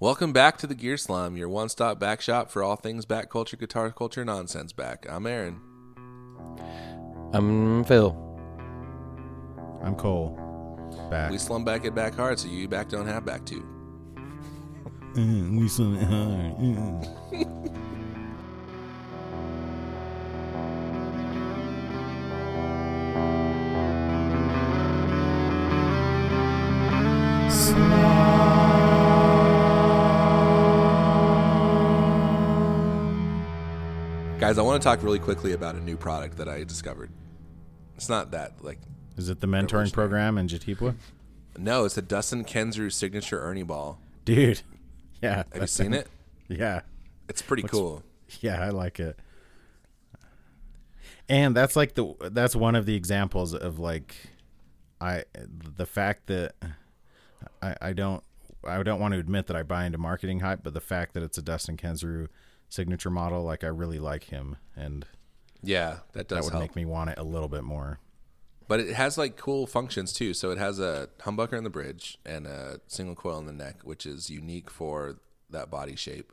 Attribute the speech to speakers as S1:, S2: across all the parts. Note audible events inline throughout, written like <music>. S1: Welcome back to the Gear Slum, your one stop back shop for all things back culture, guitar culture, nonsense back. I'm Aaron.
S2: I'm Phil.
S3: I'm Cole. Back.
S1: We slum back at back hard, so you back don't have back to.
S3: Mm, we swim it hard. Mm.
S1: Guys, I want to talk really quickly about a new product that I discovered. It's not that, like,
S3: Is it the mentoring program in Jatipwa?
S1: no, it's a Dustin Kenzru signature Ernie ball.
S3: Dude. <laughs> Yeah.
S1: Have you
S3: <laughs>
S1: seen it?
S3: Yeah.
S1: It's pretty cool.
S3: Yeah, I like it. And that's like the that's one of the examples of like I the fact that I I don't I don't want to admit that I buy into marketing hype, but the fact that it's a Dustin Kenzru signature model, like I really like him and
S1: Yeah, that
S3: that
S1: does
S3: would
S1: help.
S3: make me want it a little bit more.
S1: But it has like cool functions too. So it has a humbucker in the bridge and a single coil in the neck, which is unique for that body shape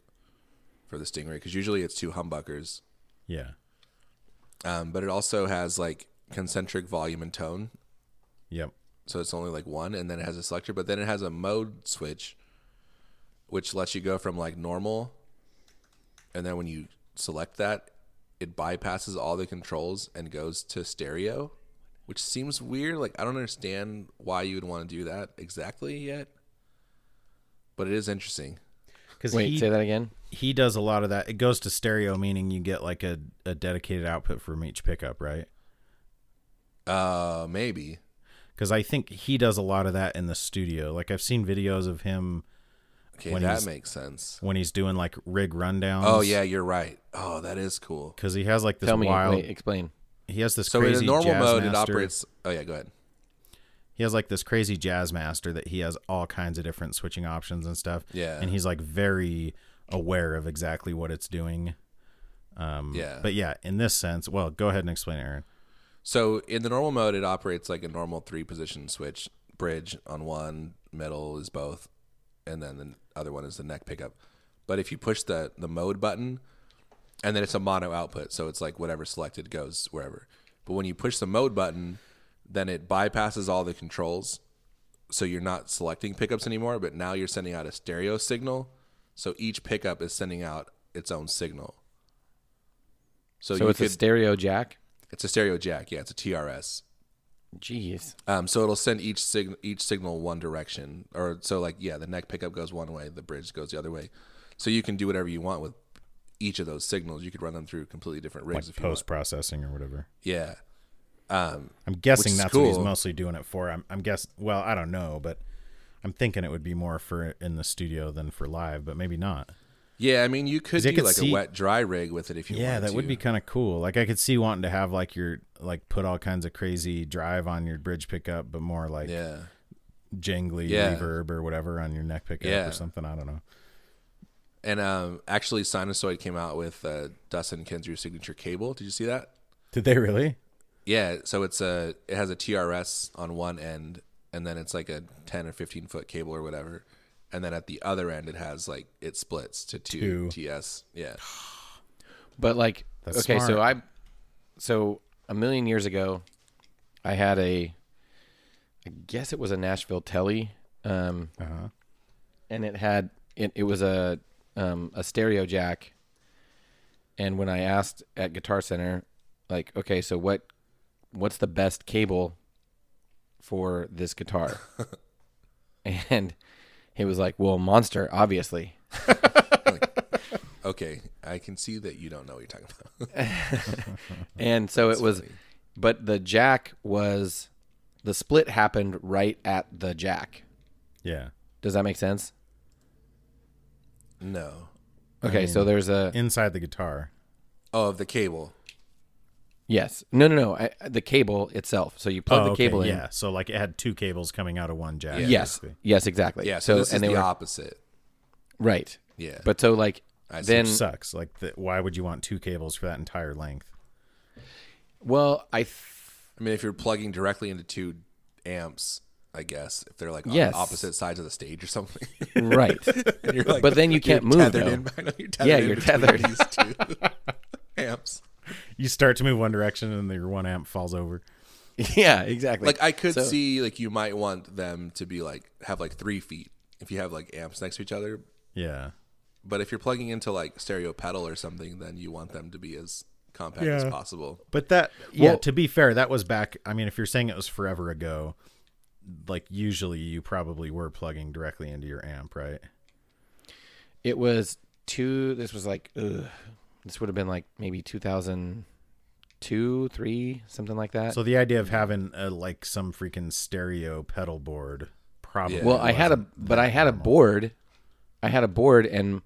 S1: for the Stingray. Because usually it's two humbuckers.
S3: Yeah.
S1: Um, but it also has like concentric volume and tone.
S3: Yep.
S1: So it's only like one. And then it has a selector. But then it has a mode switch, which lets you go from like normal. And then when you select that, it bypasses all the controls and goes to stereo, which seems weird. Like, I don't understand why you would want to do that exactly yet. But it is interesting.
S3: Cuz
S2: Wait, say that again.
S3: he does a lot of that. It goes to stereo, meaning you get like a, a dedicated output from each pickup, right?
S1: Uh, maybe.
S3: Because I think he does a lot of that in the studio. Like I've seen videos of him
S1: Okay,
S3: When
S1: that
S3: he's-
S1: makes sense.
S3: when he's doing like rig rundowns.
S1: Oh, yeah, you're right. Oh, that is cool.
S3: because he has like this
S2: Tell me.
S3: wild.
S2: Wait, explain.
S3: he has this
S1: So
S3: crazy
S1: in a normal
S3: jazz
S1: mode, it
S3: master-
S1: operates. Oh yeah, go ahead.
S3: He has like this crazy jazz master that he has all kinds of different switching options and stuff.
S1: Yeah.
S3: and he's like very aware of exactly what it's doing.
S1: yeah.
S3: But yeah, in this sense, well, go ahead and explain, it, Aaron.
S1: so in the normal mode, it operates like a normal three position switch bridge on one, middle is both, and then the other one is the neck pickup. But if you push the the mode button, and then it's a mono output, so it's like whatever selected goes wherever. But when you push the mode button, then it bypasses all the controls, so you're not selecting pickups anymore. But now you're sending out a stereo signal, so each pickup is sending out its own signal. So,
S2: So
S1: you
S2: it's a
S1: could,
S2: stereo jack.
S1: It's a stereo jack. Yeah, it's a TRS.
S2: Jeez.
S1: Um, so it'll send each sig- each signal one direction, or so like yeah, the neck pickup goes one way, the bridge goes the other way. So you can do whatever you want with each of those signals. You could run them through completely different rigs
S3: Like
S1: if you want.
S3: post processing or whatever.
S1: Yeah,
S3: I'm
S1: is
S3: guessing that's what he's
S1: cool.
S3: mostly doing it for. I'm, I'm guess. Well, I don't know, but I'm thinking it would be more for in the studio than for live, but maybe not.
S1: yeah. I mean, you could
S3: 'Cause it
S1: do
S3: could
S1: like
S3: see-
S1: a wet dry rig with it if you
S3: yeah,
S1: wanted
S3: that would
S1: to.
S3: be kind of cool. Like I could see wanting to have like your like put all kinds of crazy drive on your bridge pickup, but more like
S1: yeah.
S3: jingly
S1: Yeah.
S3: reverb or whatever on your neck pickup
S1: Yeah.
S3: or something. I don't know.
S1: And um, actually, Sinusoid came out with uh, Dustin Kenzru's signature cable. Did you see that?
S3: Did they really?
S1: Yeah, so it's a it has a TRS on one end, and then it's like a ten or fifteen foot cable or whatever, and then at the other end it has like it splits to two,
S3: Two.
S1: TS. Yeah,
S2: But like,
S3: That's
S2: okay, so
S3: smart.
S2: I, so a million years ago, I had a, I guess it was a Nashville Telly, um,
S3: Uh-huh.
S2: and it had it, it was a um, a stereo jack. And when I asked at Guitar Center, like, okay, so what, what's the best cable for this
S3: <laughs>
S2: guitar? and he was like, well, Monster, obviously.
S1: okay, I can see that you don't know what you're talking about. <laughs>
S2: And so it was, but the jack was, the split happened right at the jack.
S3: Yeah.
S2: Does that make sense?
S1: no,
S2: Okay, so there's a
S3: Inside the guitar.
S1: oh, of the cable.
S2: yes, no, no, no, I, the cable itself. So you
S1: Oh,
S2: plug the
S3: Oh, okay,
S2: cable in.
S3: Yeah. So like it had two cables coming out of one jack.
S2: Yes,
S3: basically.
S2: yes, exactly.
S1: Yeah, so, this is
S2: and they
S1: the
S2: were
S1: opposite.
S2: right,
S1: Yeah,
S2: but so like
S1: see.
S2: then
S3: Sucks. Like, the, why would you want two cables for that entire length?
S2: well I th-
S1: I mean, if you're plugging directly into two amps, I guess if they're like on
S2: Yes.
S1: opposite sides of the stage or something. <laughs>
S2: right.
S1: <laughs> And you're like,
S2: But then you can't
S1: you're
S2: move,
S1: Tethered
S2: though.
S1: in, I know, <laughs> you're tethered
S2: Yeah,
S1: in
S2: you're
S1: between
S2: tethered.
S1: These two <laughs> amps.
S3: You start to move one direction and your one amp falls over.
S2: <laughs> yeah, exactly.
S1: Like I could
S2: So-
S1: see like you might want them to be like have like three feet if you have like amps next to each other.
S3: Yeah.
S1: But if you're plugging into like stereo pedal or something, then you want them to be as compact as
S3: Yeah.
S1: possible.
S3: But that, yeah,
S2: Well-
S3: to be fair, that was back. I mean, if you're saying it was forever ago, like usually you probably were plugging directly into your amp, right?
S2: It was two. This was like ugh, this would have been like maybe two thousand two, three, something like that.
S3: So the idea of having a, like some freaking stereo pedal board probably.
S1: Yeah.
S2: well, I had a
S3: wasn't
S2: but I had a board. I had a board and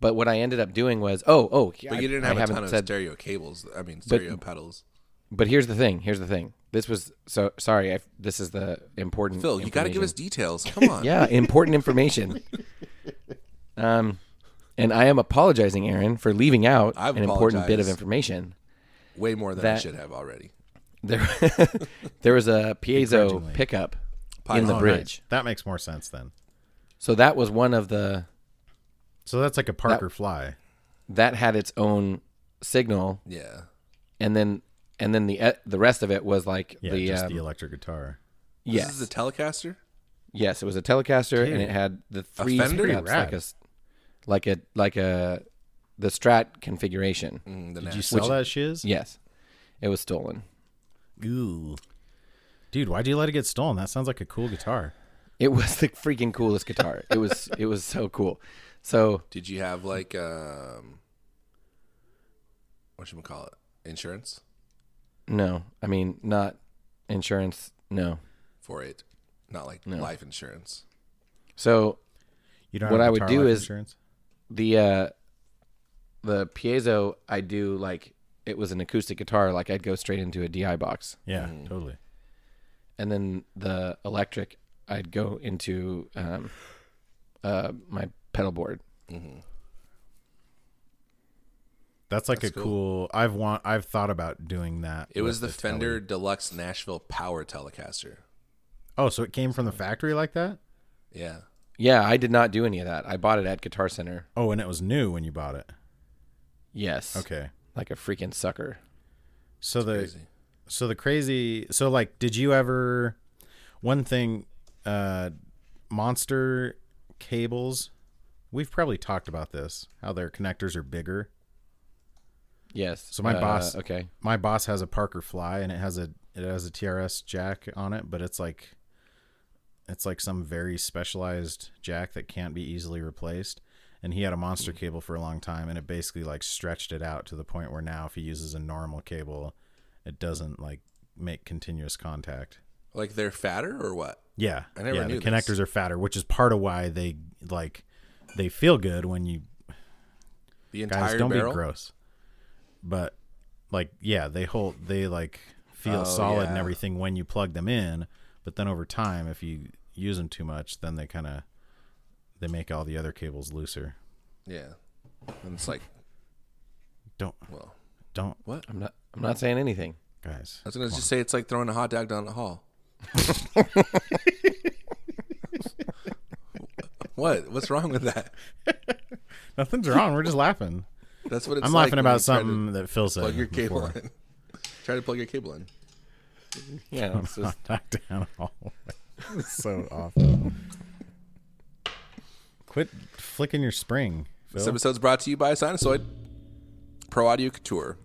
S2: but what I ended up doing was oh oh
S1: But you didn't have a
S2: I haven't
S1: ton of
S2: said
S1: stereo cables. I mean, stereo pedals.
S2: but here's the thing here's the thing this was so sorry I, this is the important
S1: Phil, you got to give
S2: information.
S1: us details.
S2: <laughs>
S1: Come on.
S2: yeah, important information.
S1: <laughs>
S2: um, and I am apologizing, Aaron, for leaving out
S1: I've
S2: an important bit of
S1: apologized.
S2: information.
S1: Way more than I
S2: That-
S1: should have already.
S2: There, <laughs> there was a piezo
S3: Begrudgingly.
S2: pickup
S1: Piezo.
S2: in the
S1: Oh, nice.
S2: bridge,
S3: That makes more sense then.
S2: so that was one of the
S3: So that's like a Parker Fly.
S2: that had its own signal,
S1: Yeah.
S2: and then and then the uh, the rest of it was like
S3: Yeah,
S2: the,
S3: just
S2: um,
S3: the electric guitar.
S2: yes
S1: This is a Telecaster.
S2: yes it was a Telecaster and it had the three
S1: Fender?
S2: pickups like
S3: Rad.
S2: a s- like a like a the Strat configuration.
S1: Mm, the
S3: Did
S1: Nash-
S3: you sell that shiz?
S2: Yes, it was stolen.
S3: Ooh. Dude, why'd you let it get stolen? That sounds like a cool guitar.
S2: It was the freaking coolest guitar. It was it was so cool. So
S1: Did you have like um what should call it? Insurance
S2: no, I mean not insurance. No.
S1: for it, not like life insurance.
S2: So
S3: You don't
S2: What
S3: have
S2: I would
S3: guitar
S2: do
S3: life
S2: is-
S3: insurance?
S2: the uh the piezo I do like it was an acoustic guitar. Like I'd go straight into a DI box,
S3: Yeah, totally.
S2: and then the electric I'd go into um uh my pedal board.
S3: That's like a cool. I've want I've thought about doing that.
S1: It was the,
S3: with
S1: Fender
S3: Tele.
S1: Deluxe Nashville Power Telecaster.
S3: Oh, so it came from the factory like that?
S1: Yeah.
S2: Yeah, I did not do any of that. I bought it at Guitar Center.
S3: Oh, and it was new when you bought it.
S2: Yes.
S3: Okay.
S2: Like a freaking sucker.
S3: So the
S1: Crazy.
S3: so the crazy so like did you ever one thing uh monster cables we've probably talked about this how their connectors are bigger
S2: Yes.
S3: So my
S2: Uh,
S3: boss-
S2: Okay.
S3: my boss has a Parker Fly and it has a it has a TRS jack on it, but it's like it's like some very specialized jack that can't be easily replaced. And he had a
S1: Hmm.
S3: monster cable for a long time and it basically like stretched it out to the point where now if he uses a normal cable, it doesn't like make continuous contact.
S1: Like they're fatter or what?
S3: Yeah.
S1: I never
S3: yeah,
S1: knew
S3: the
S1: this.
S3: connectors are fatter, which is part of why they like they feel good when you
S1: The entire
S3: guys don't
S1: barrel.
S3: be gross but like yeah they hold they like feel
S1: Oh,
S3: solid and
S1: yeah.
S3: everything when you plug them in but then over time if you use them too much then they kind of they make all the other cables looser
S1: Yeah. And it's like,
S3: don't
S1: well,
S3: don't
S2: I'm not. I'm not saying anything.
S3: guys
S1: I was gonna just say it's like throwing a hot dog down the hall. what? What's wrong with that?
S3: <laughs> nothing's wrong we're just laughing
S1: That's what it's.
S3: i'm
S1: like
S3: laughing
S1: when you
S3: about
S1: try to
S3: something that phil said
S1: Plug your cable
S3: before.
S1: in. Try to plug your cable in.
S2: Yeah.
S3: <laughs>
S2: It's just,
S3: knocked down all <laughs>
S1: <laughs>
S3: so awful quit flicking your spring
S1: This
S3: Phil.
S1: episode's brought to you by Sinusoid Pro Audio Couture.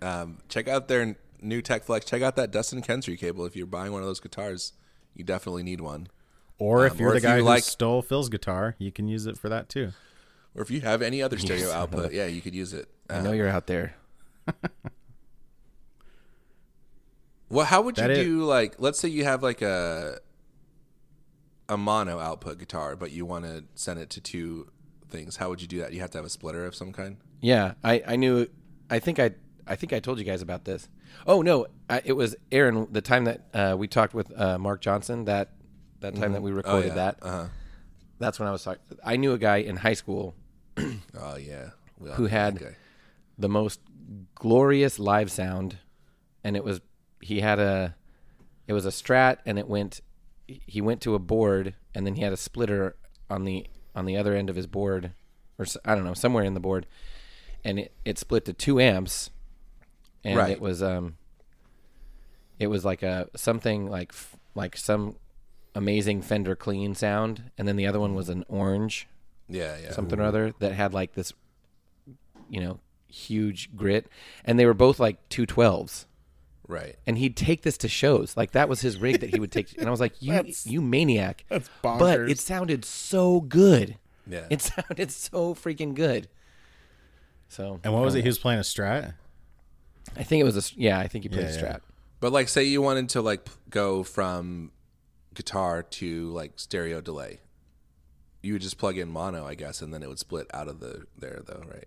S1: Um, check out their new Tech Flex. Check out that Dustin Kensry cable. If you're buying one of those guitars, you definitely need one.
S3: or if
S1: Um,
S3: you're
S1: or
S3: the
S1: if
S3: guy
S1: you
S3: who
S1: like-
S3: stole phil's guitar you can use it for that too
S1: Or if you have any other stereo output, yeah, you could use it.
S2: I
S1: Uh,
S2: know you're out there.
S1: well, how would you
S3: That it-
S1: do like? Let's say you have like a a mono output guitar, but you want to send it to two things. How would you do that? You have to have a splitter of some kind.
S2: Yeah, I, I knew. I think I I think I told you guys about this. Oh no, I, it was Aaron. The time that uh, we talked with uh, Mark Johnson, that that time that we recorded
S1: yeah.
S2: that,
S1: Uh-huh.
S2: that's when I was talking. I knew a guy in high school
S1: Oh yeah. We all
S2: who
S1: know that
S2: had
S1: guy.
S2: the most glorious live sound, and it was he had a it was a Strat, and it went he went to a board and then he had a splitter on the on the other end of his board, or s- I don't know, somewhere in the board, and it, it split to two amps, and
S1: Right.
S2: it was um, it was like a something like f- like some amazing Fender clean sound, and then the other one was an orange
S1: Yeah, yeah.
S2: something or other that had like this, you know, huge grit, and they were both like two twelves.
S1: Right.
S2: And he'd take this to shows, like that was his rig that he would take. And I was like, "You, you maniac!"
S3: that's
S2: But
S3: bonkers.
S2: it sounded so good.
S1: Yeah.
S2: It <laughs> sounded so freaking good. So,
S3: And what was it? He was playing a strat.
S2: I think it was a s- yeah. I think he played
S3: Yeah,
S2: a
S3: yeah.
S2: strat.
S1: But like, say you wanted to like p- go from guitar to like stereo delay, you would just plug in mono, I guess, and then it would split out of the there though, right?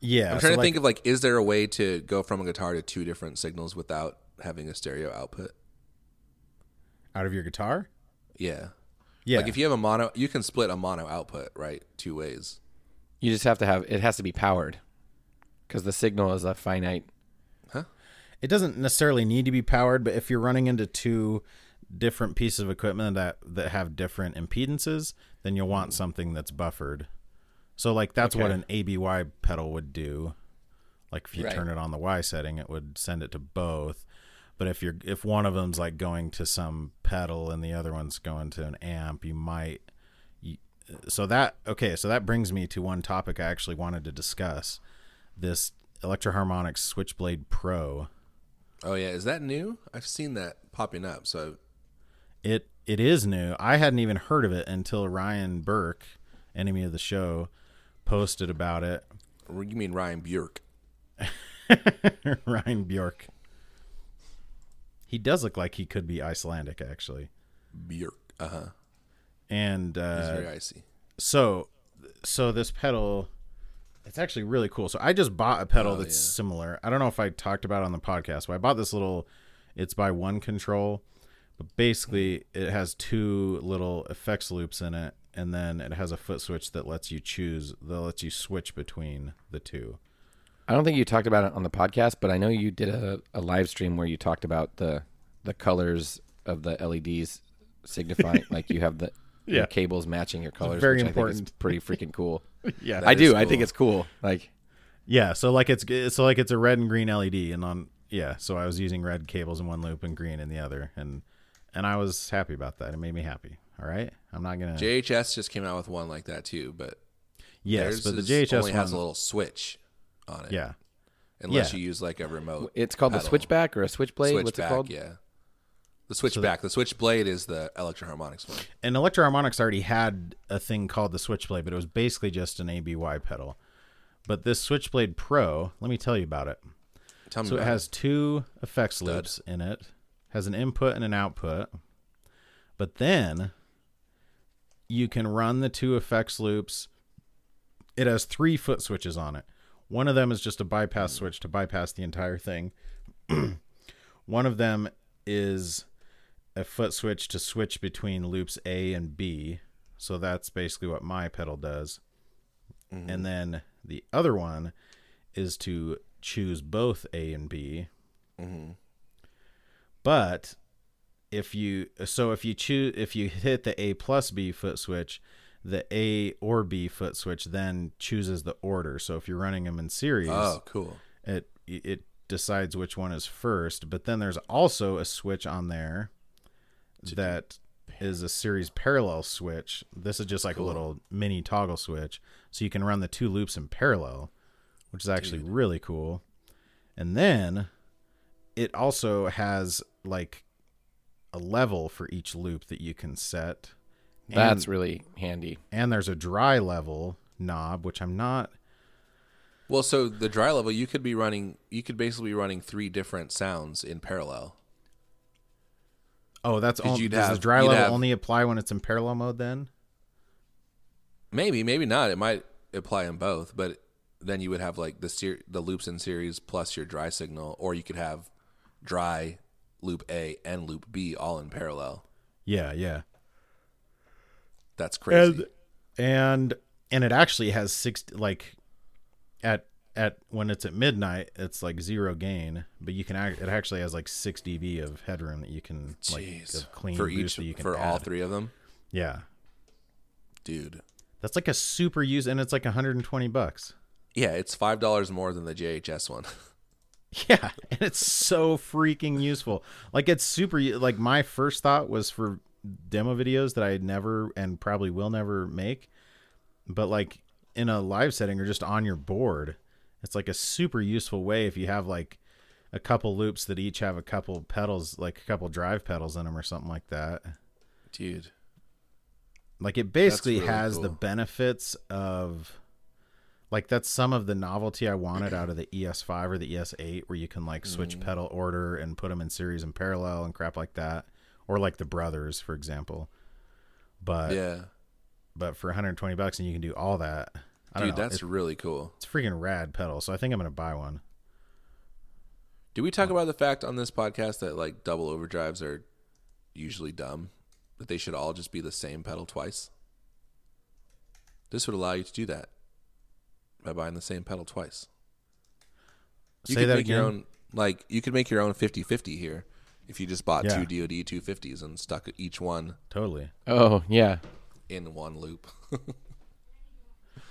S3: Yeah,
S1: I'm
S3: so
S1: trying to
S3: like-
S1: think of like, is there a way to go from a guitar to two different signals without having a stereo output?
S3: out of your guitar.
S1: Yeah.
S3: Yeah,
S1: Like if you have a mono, you can split a mono output right two ways.
S2: You just have to have it has to be powered because the signal is a finite.
S3: it doesn't necessarily need to be powered, but if you're running into two different pieces of equipment that that have different impedances, then you'll want something that's buffered. So like that's what
S2: Okay.
S3: an ABY pedal would do. Like if you
S2: Right.
S3: turn it on the Y setting, it would send it to both. But if you're if one of them's like going to some pedal and the other one's going to an amp, you might you- so that okay, so that brings me to one topic I actually wanted to discuss. This Electroharmonics Switchblade Pro.
S1: Oh yeah, is that new? I've seen that popping up. So
S3: It it is new. I hadn't even heard of it until Ryan Burke, enemy of the show, posted about it. <laughs>
S1: you mean Ryan Bjork?
S3: Ryan Bjork. He does look like he could be Icelandic, actually.
S1: Bjork. Uh huh.
S3: And
S1: It's
S3: uh,
S1: very icy.
S3: so, so this pedal, it's actually really cool. So I just bought a pedal that's similar. I don't know if I talked about it on the podcast, but I bought this little. It's by One Control, but basically it has two little effects loops in it, and then it has a foot switch that lets you choose that lets you switch between the two.
S2: I don't think you talked about it on the podcast, but I know you did a, a live stream where you talked about the the colors of the LEDs
S3: <laughs>
S2: signifying like you have the
S3: Yeah.
S2: your cables matching your colors,
S3: very
S2: which I think is
S3: important. <laughs>
S2: pretty freaking cool.
S3: Yeah,
S2: I
S1: is
S2: do. I think
S1: cool.
S2: it's cool. Like
S3: Yeah, so like it's so like it's a red and green LED, and on yeah, so I was using red cables in one loop and green in the other, and and I was happy about that. It made me happy. All right, I'm not gonna
S1: JHS just came out with one like that too, but
S3: yes,
S1: theirs
S3: but the
S1: is-
S3: JHS
S1: only
S3: one,
S1: has a little switch on it.
S3: yeah,
S1: unless
S3: yeah.
S1: you use like a remote.
S2: it's called a
S1: Pedal.
S2: switchback or a switchblade. What's it
S1: Switchback,
S2: called?
S1: Yeah, the switchback. the switchblade is the electroharmonics one.
S3: and Electroharmonics already had a thing called the Switchblade, but it was basically just an ABY pedal. But this Switchblade Pro, let me tell you about it.
S1: Tell me
S3: So it
S1: about
S3: has two effects loops in it, has an input and an output. But then you can run the two effects loops. It has three foot switches on it. One of them is just a bypass switch to bypass the entire thing. <clears throat> One of them is a foot switch to switch between loops A and B. So that's basically what my pedal does. And then the other one is to choose both A and B. But if you so if you choose if you hit the A plus B foot switch, the A or B foot switch then chooses the order. So if you're running them in series,
S1: Oh, cool.
S3: it it decides which one is first but then there's also a switch on there that is a series parallel switch this is just like a little mini toggle switch so you can run the two loops in parallel which is actually really cool and then it also has like a level for each loop that you can set And-
S2: That's really handy.
S3: and there's a dry level knob which i'm not
S1: Well, so the dry level, you could be running. You could basically be running three different sounds in parallel.
S3: oh that's all
S1: you'd
S3: does the
S1: have-
S3: dry
S1: you'd
S3: level
S1: have-
S3: only apply when it's in parallel mode then
S1: Maybe, maybe not. It might apply in both, but then you would have like the ser- the loops in series plus your dry signal, or you could have dry loop A and loop B all in parallel.
S3: Yeah, yeah.
S1: That's crazy.
S3: And and it actually has six like at at when it's at midnight, it's like zero gain, but you can act, it actually has like six dB of headroom that you can like
S1: Jeez.
S3: of clean
S1: for
S3: boost
S1: each
S3: that you can
S1: for all
S3: add.
S1: three of them,
S3: Yeah,
S1: dude.
S3: that's like a super use, and it's like 120 bucks.
S1: Yeah, it's five dollars more than the JHS one. <laughs>
S3: <laughs> Yeah, and it's so freaking useful. Like it's super. u- Like my first thought was for demo videos that I never and probably will never make, but like in a live setting or just on your board, it's like a super useful way if you have like a couple loops that each have a couple pedals, like a couple drive pedals in them or something like that.
S1: dude,
S3: Like it basically
S1: really
S3: has the
S1: cool.
S3: benefits of like that's some of the novelty I wanted out of the ES5 or the ES8 where you can like
S1: Mm.
S3: switch pedal order and put them in series and parallel and crap like that or like the brothers for example. But
S1: yeah,
S3: but for 120 bucks and you can do all that. I don't
S1: dude,
S3: know.
S1: that's
S3: it's,
S1: really cool.
S3: it's freaking rad pedal, so I think I'm going to buy one.
S1: Do we talk about the fact on this podcast that like double overdrives are usually dumb? That they should all just be the same pedal twice? This would allow you to do that by buying the same pedal twice. You
S3: Say
S1: could
S3: that
S1: make your
S3: again?
S1: own like you could make your own 50-50 here if you just bought
S3: Yeah.
S1: two DoD 250s and stuck each one
S3: Totally.
S2: Oh yeah.
S1: in one loop. <laughs>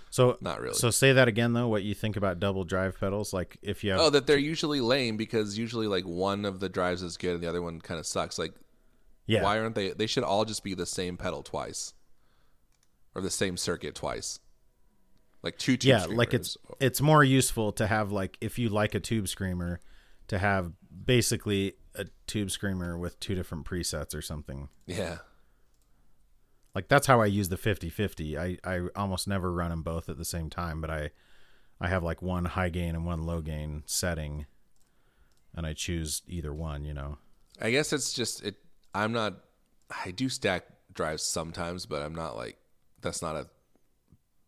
S3: So
S1: Not really.
S3: So say that again though what you think about double drive pedals like if you have
S1: Oh, that they're usually lame because usually like one of the drives is good and the other one kind of sucks. Like
S3: yeah.
S1: Why aren't they? They should all just be the same pedal twice, or the same circuit twice, like two tube
S3: yeah like it's
S1: screamers.
S3: it's more useful to have like if you like a tube screamer to have basically a tube screamer with two different presets or something
S1: yeah,
S3: like that's how i use the 50-50 i i almost never run them both at the same time but i i have like one high gain and one low gain setting and i choose either one you know
S1: I guess it's just it. I'm not. I do stack drives sometimes, but I'm not like that's not a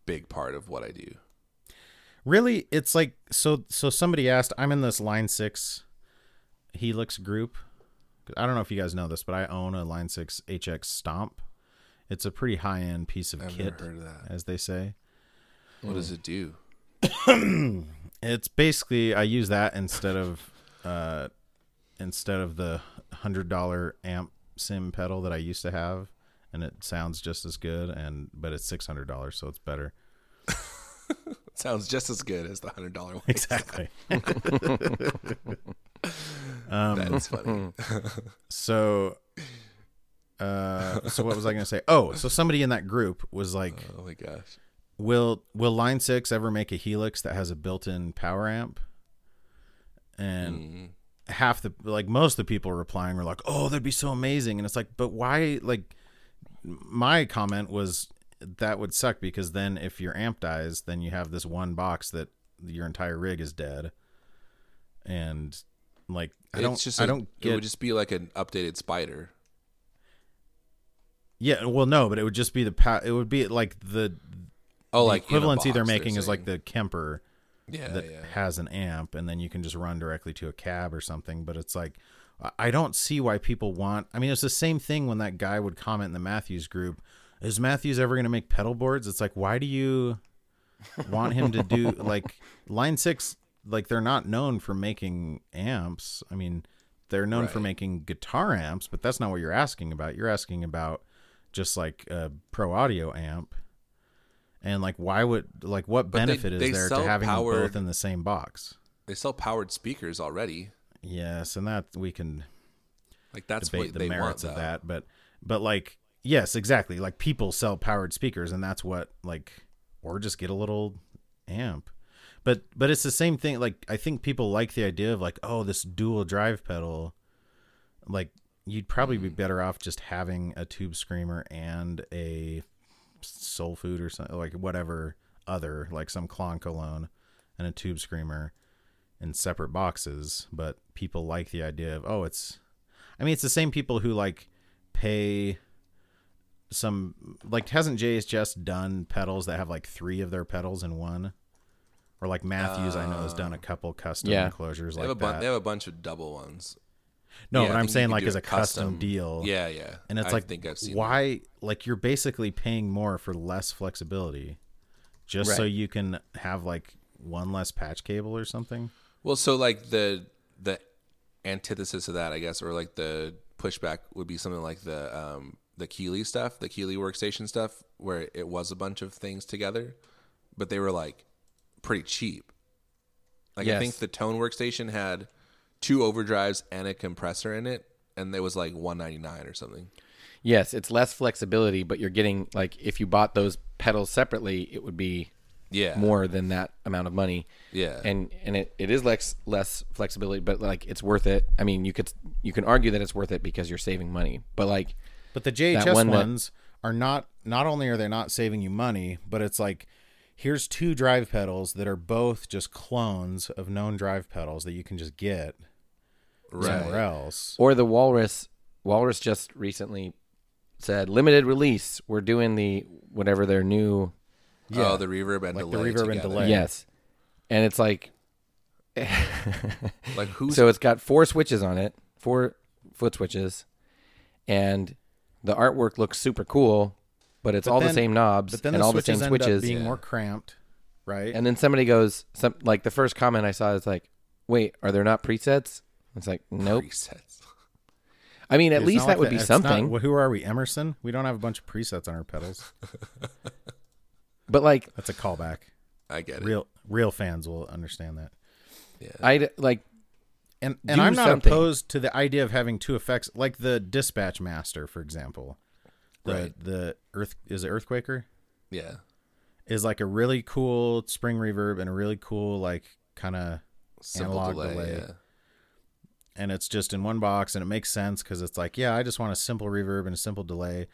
S1: big part of what I do.
S3: really it's like so so somebody asked i'm in this line six helix group i don't know if you guys know this but i own a line six hx stomp it's a pretty high-end piece of
S1: I've
S3: kit
S1: never heard of that.
S3: as they say
S1: What does it do?
S3: it's basically i use that instead of uh instead of the hundred dollar amp sim pedal that i used to have and it sounds just as good and but it's six hundred dollars so
S1: <laughs>
S3: it's better
S1: It sounds just as good as the hundred dollar one.
S3: exactly um,
S1: <laughs> That's
S3: <laughs>
S1: funny.
S3: so uh so what was i gonna say oh so somebody in that group was like
S1: oh my gosh.
S3: will will line six ever make a helix that has a built-in power amp and
S1: Mhm.
S3: half the like most of the people replying were like oh that'd be so amazing and it's like but why like my comment was that would suck because then if your amp dies then you have this one box that your entire rig is dead and like i don't
S1: it's just
S3: i
S1: like-
S3: don't
S1: It
S3: get
S1: would just be like an updated spider.
S3: Yeah, well, no, but it would just be the pa- it would be like the,
S1: Oh,
S3: the
S1: like in a
S3: equivalency they're
S1: box,
S3: making is like
S1: saying.
S3: the Kemper
S1: yeah,
S3: that
S1: yeah.
S3: has an amp, and then you can just run directly to a cab or something. But it's like I- I don't see why people want. I mean, it's the same thing when that guy would comment in the Matthews group. Is Matthews ever going to make pedal boards? It's like why do you want him
S1: <laughs>
S3: to do like Line Six? Like they're not known for making amps. I mean, they're known for
S1: Right.
S3: making guitar amps, but that's not what you're asking about. You're asking about just like a pro audio amp. And like, why would like what
S1: But they-
S3: benefit
S1: they
S3: is there
S1: sell
S3: to having them
S1: powered-
S3: both in the same box?
S1: they sell powered speakers already.
S3: Yes, and that we can
S1: Like that's
S3: debate
S1: what
S3: the
S1: they
S3: merits
S1: want, though.
S3: of that, but but like yes, exactly. Like people sell powered speakers, and that's what like or just get a little amp. But but it's the same thing. Like I think people like the idea of like oh this dual drive pedal. Like you'd probably
S1: Mm.
S3: be better off just having a tube screamer and a soul food or something like whatever other like some clonk alone and a tube screamer in separate boxes but people like the idea of oh it's i mean it's the same people who like pay some like hasn't jay's just done pedals that have like three of their pedals in one or like matthews i know has done a couple custom
S2: Uh, Yeah.
S3: enclosures
S1: They
S3: like
S1: have a
S3: that
S1: bun- they have a bunch of double ones.
S3: no
S1: Yeah,
S3: but
S1: I
S3: i'm
S1: think you
S3: saying
S1: could
S3: like
S1: do
S3: as a custom, deal
S1: Yeah, yeah.
S3: and it's
S1: I
S3: like
S1: think I've seen that.
S3: why like you're basically paying more for less flexibility just so
S2: Right.
S3: you can have like one less patch cable or something?
S1: Well, so like the the antithesis of that, I guess, or like the pushback would be something like the um, the Keeley stuff, the Keeley workstation stuff, where it was a bunch of things together, but they were like pretty cheap. Like I
S2: Yes.
S1: think the Tone workstation had two overdrives and a compressor in it, and it was like one ninety nine or something.
S2: Yes, it's less flexibility, but you're getting like if you bought those pedals separately, it would be
S1: Yeah,
S2: more than that amount of money.
S1: Yeah,
S2: And and it, it is less less flexibility, but like it's worth it. I mean, you could you can argue that it's worth it because you're saving money. But like
S3: But the JHS
S2: one that-
S3: ones are not not only are they not saving you money, but it's like here's two drive pedals that are both just clones of known drive pedals that you can just get somewhere
S1: right.
S3: else.
S2: or the Walrus Walrus just recently said limited release. We're doing the whatever their new
S1: Oh, the reverb and
S3: Like the
S1: delay.
S3: reverb and
S1: together.
S3: delay. Right.
S2: yes. And it's like
S1: Like who's <laughs>
S2: So it's got four switches on it, four foot switches, and the artwork looks super cool, but it's all the
S3: then-
S2: same knobs
S3: But then
S2: and
S3: the
S2: all the
S3: switches
S2: same
S3: end up
S2: switches.
S3: being more cramped, right?
S2: And then somebody goes, some like the first comment I saw is like, "Wait, are there not presets?" It's like, nope.
S1: presets?
S2: I mean, at
S3: It's
S2: least
S3: not
S2: that
S3: like
S2: would be
S3: it's not-
S2: something.
S3: who are we, Emerson? We don't have a bunch of presets on our pedals.
S2: but like,
S3: That's a callback.
S1: I get it.
S3: Real real fans will understand that.
S2: I like
S3: And and
S2: Do
S3: I'm not
S2: something.
S3: opposed to the idea of having two effects, like the Dispatch Master, for example. The,
S1: Right.
S3: The Earth is it Earthquaker
S1: Yeah.
S3: is like a really cool spring reverb and a really cool like kind of,
S1: Simple
S3: Analog
S1: delay.
S3: delay.
S1: Yeah.
S3: and it's just in one box and it makes sense because it's like yeah, I just want a simple reverb and a simple delay,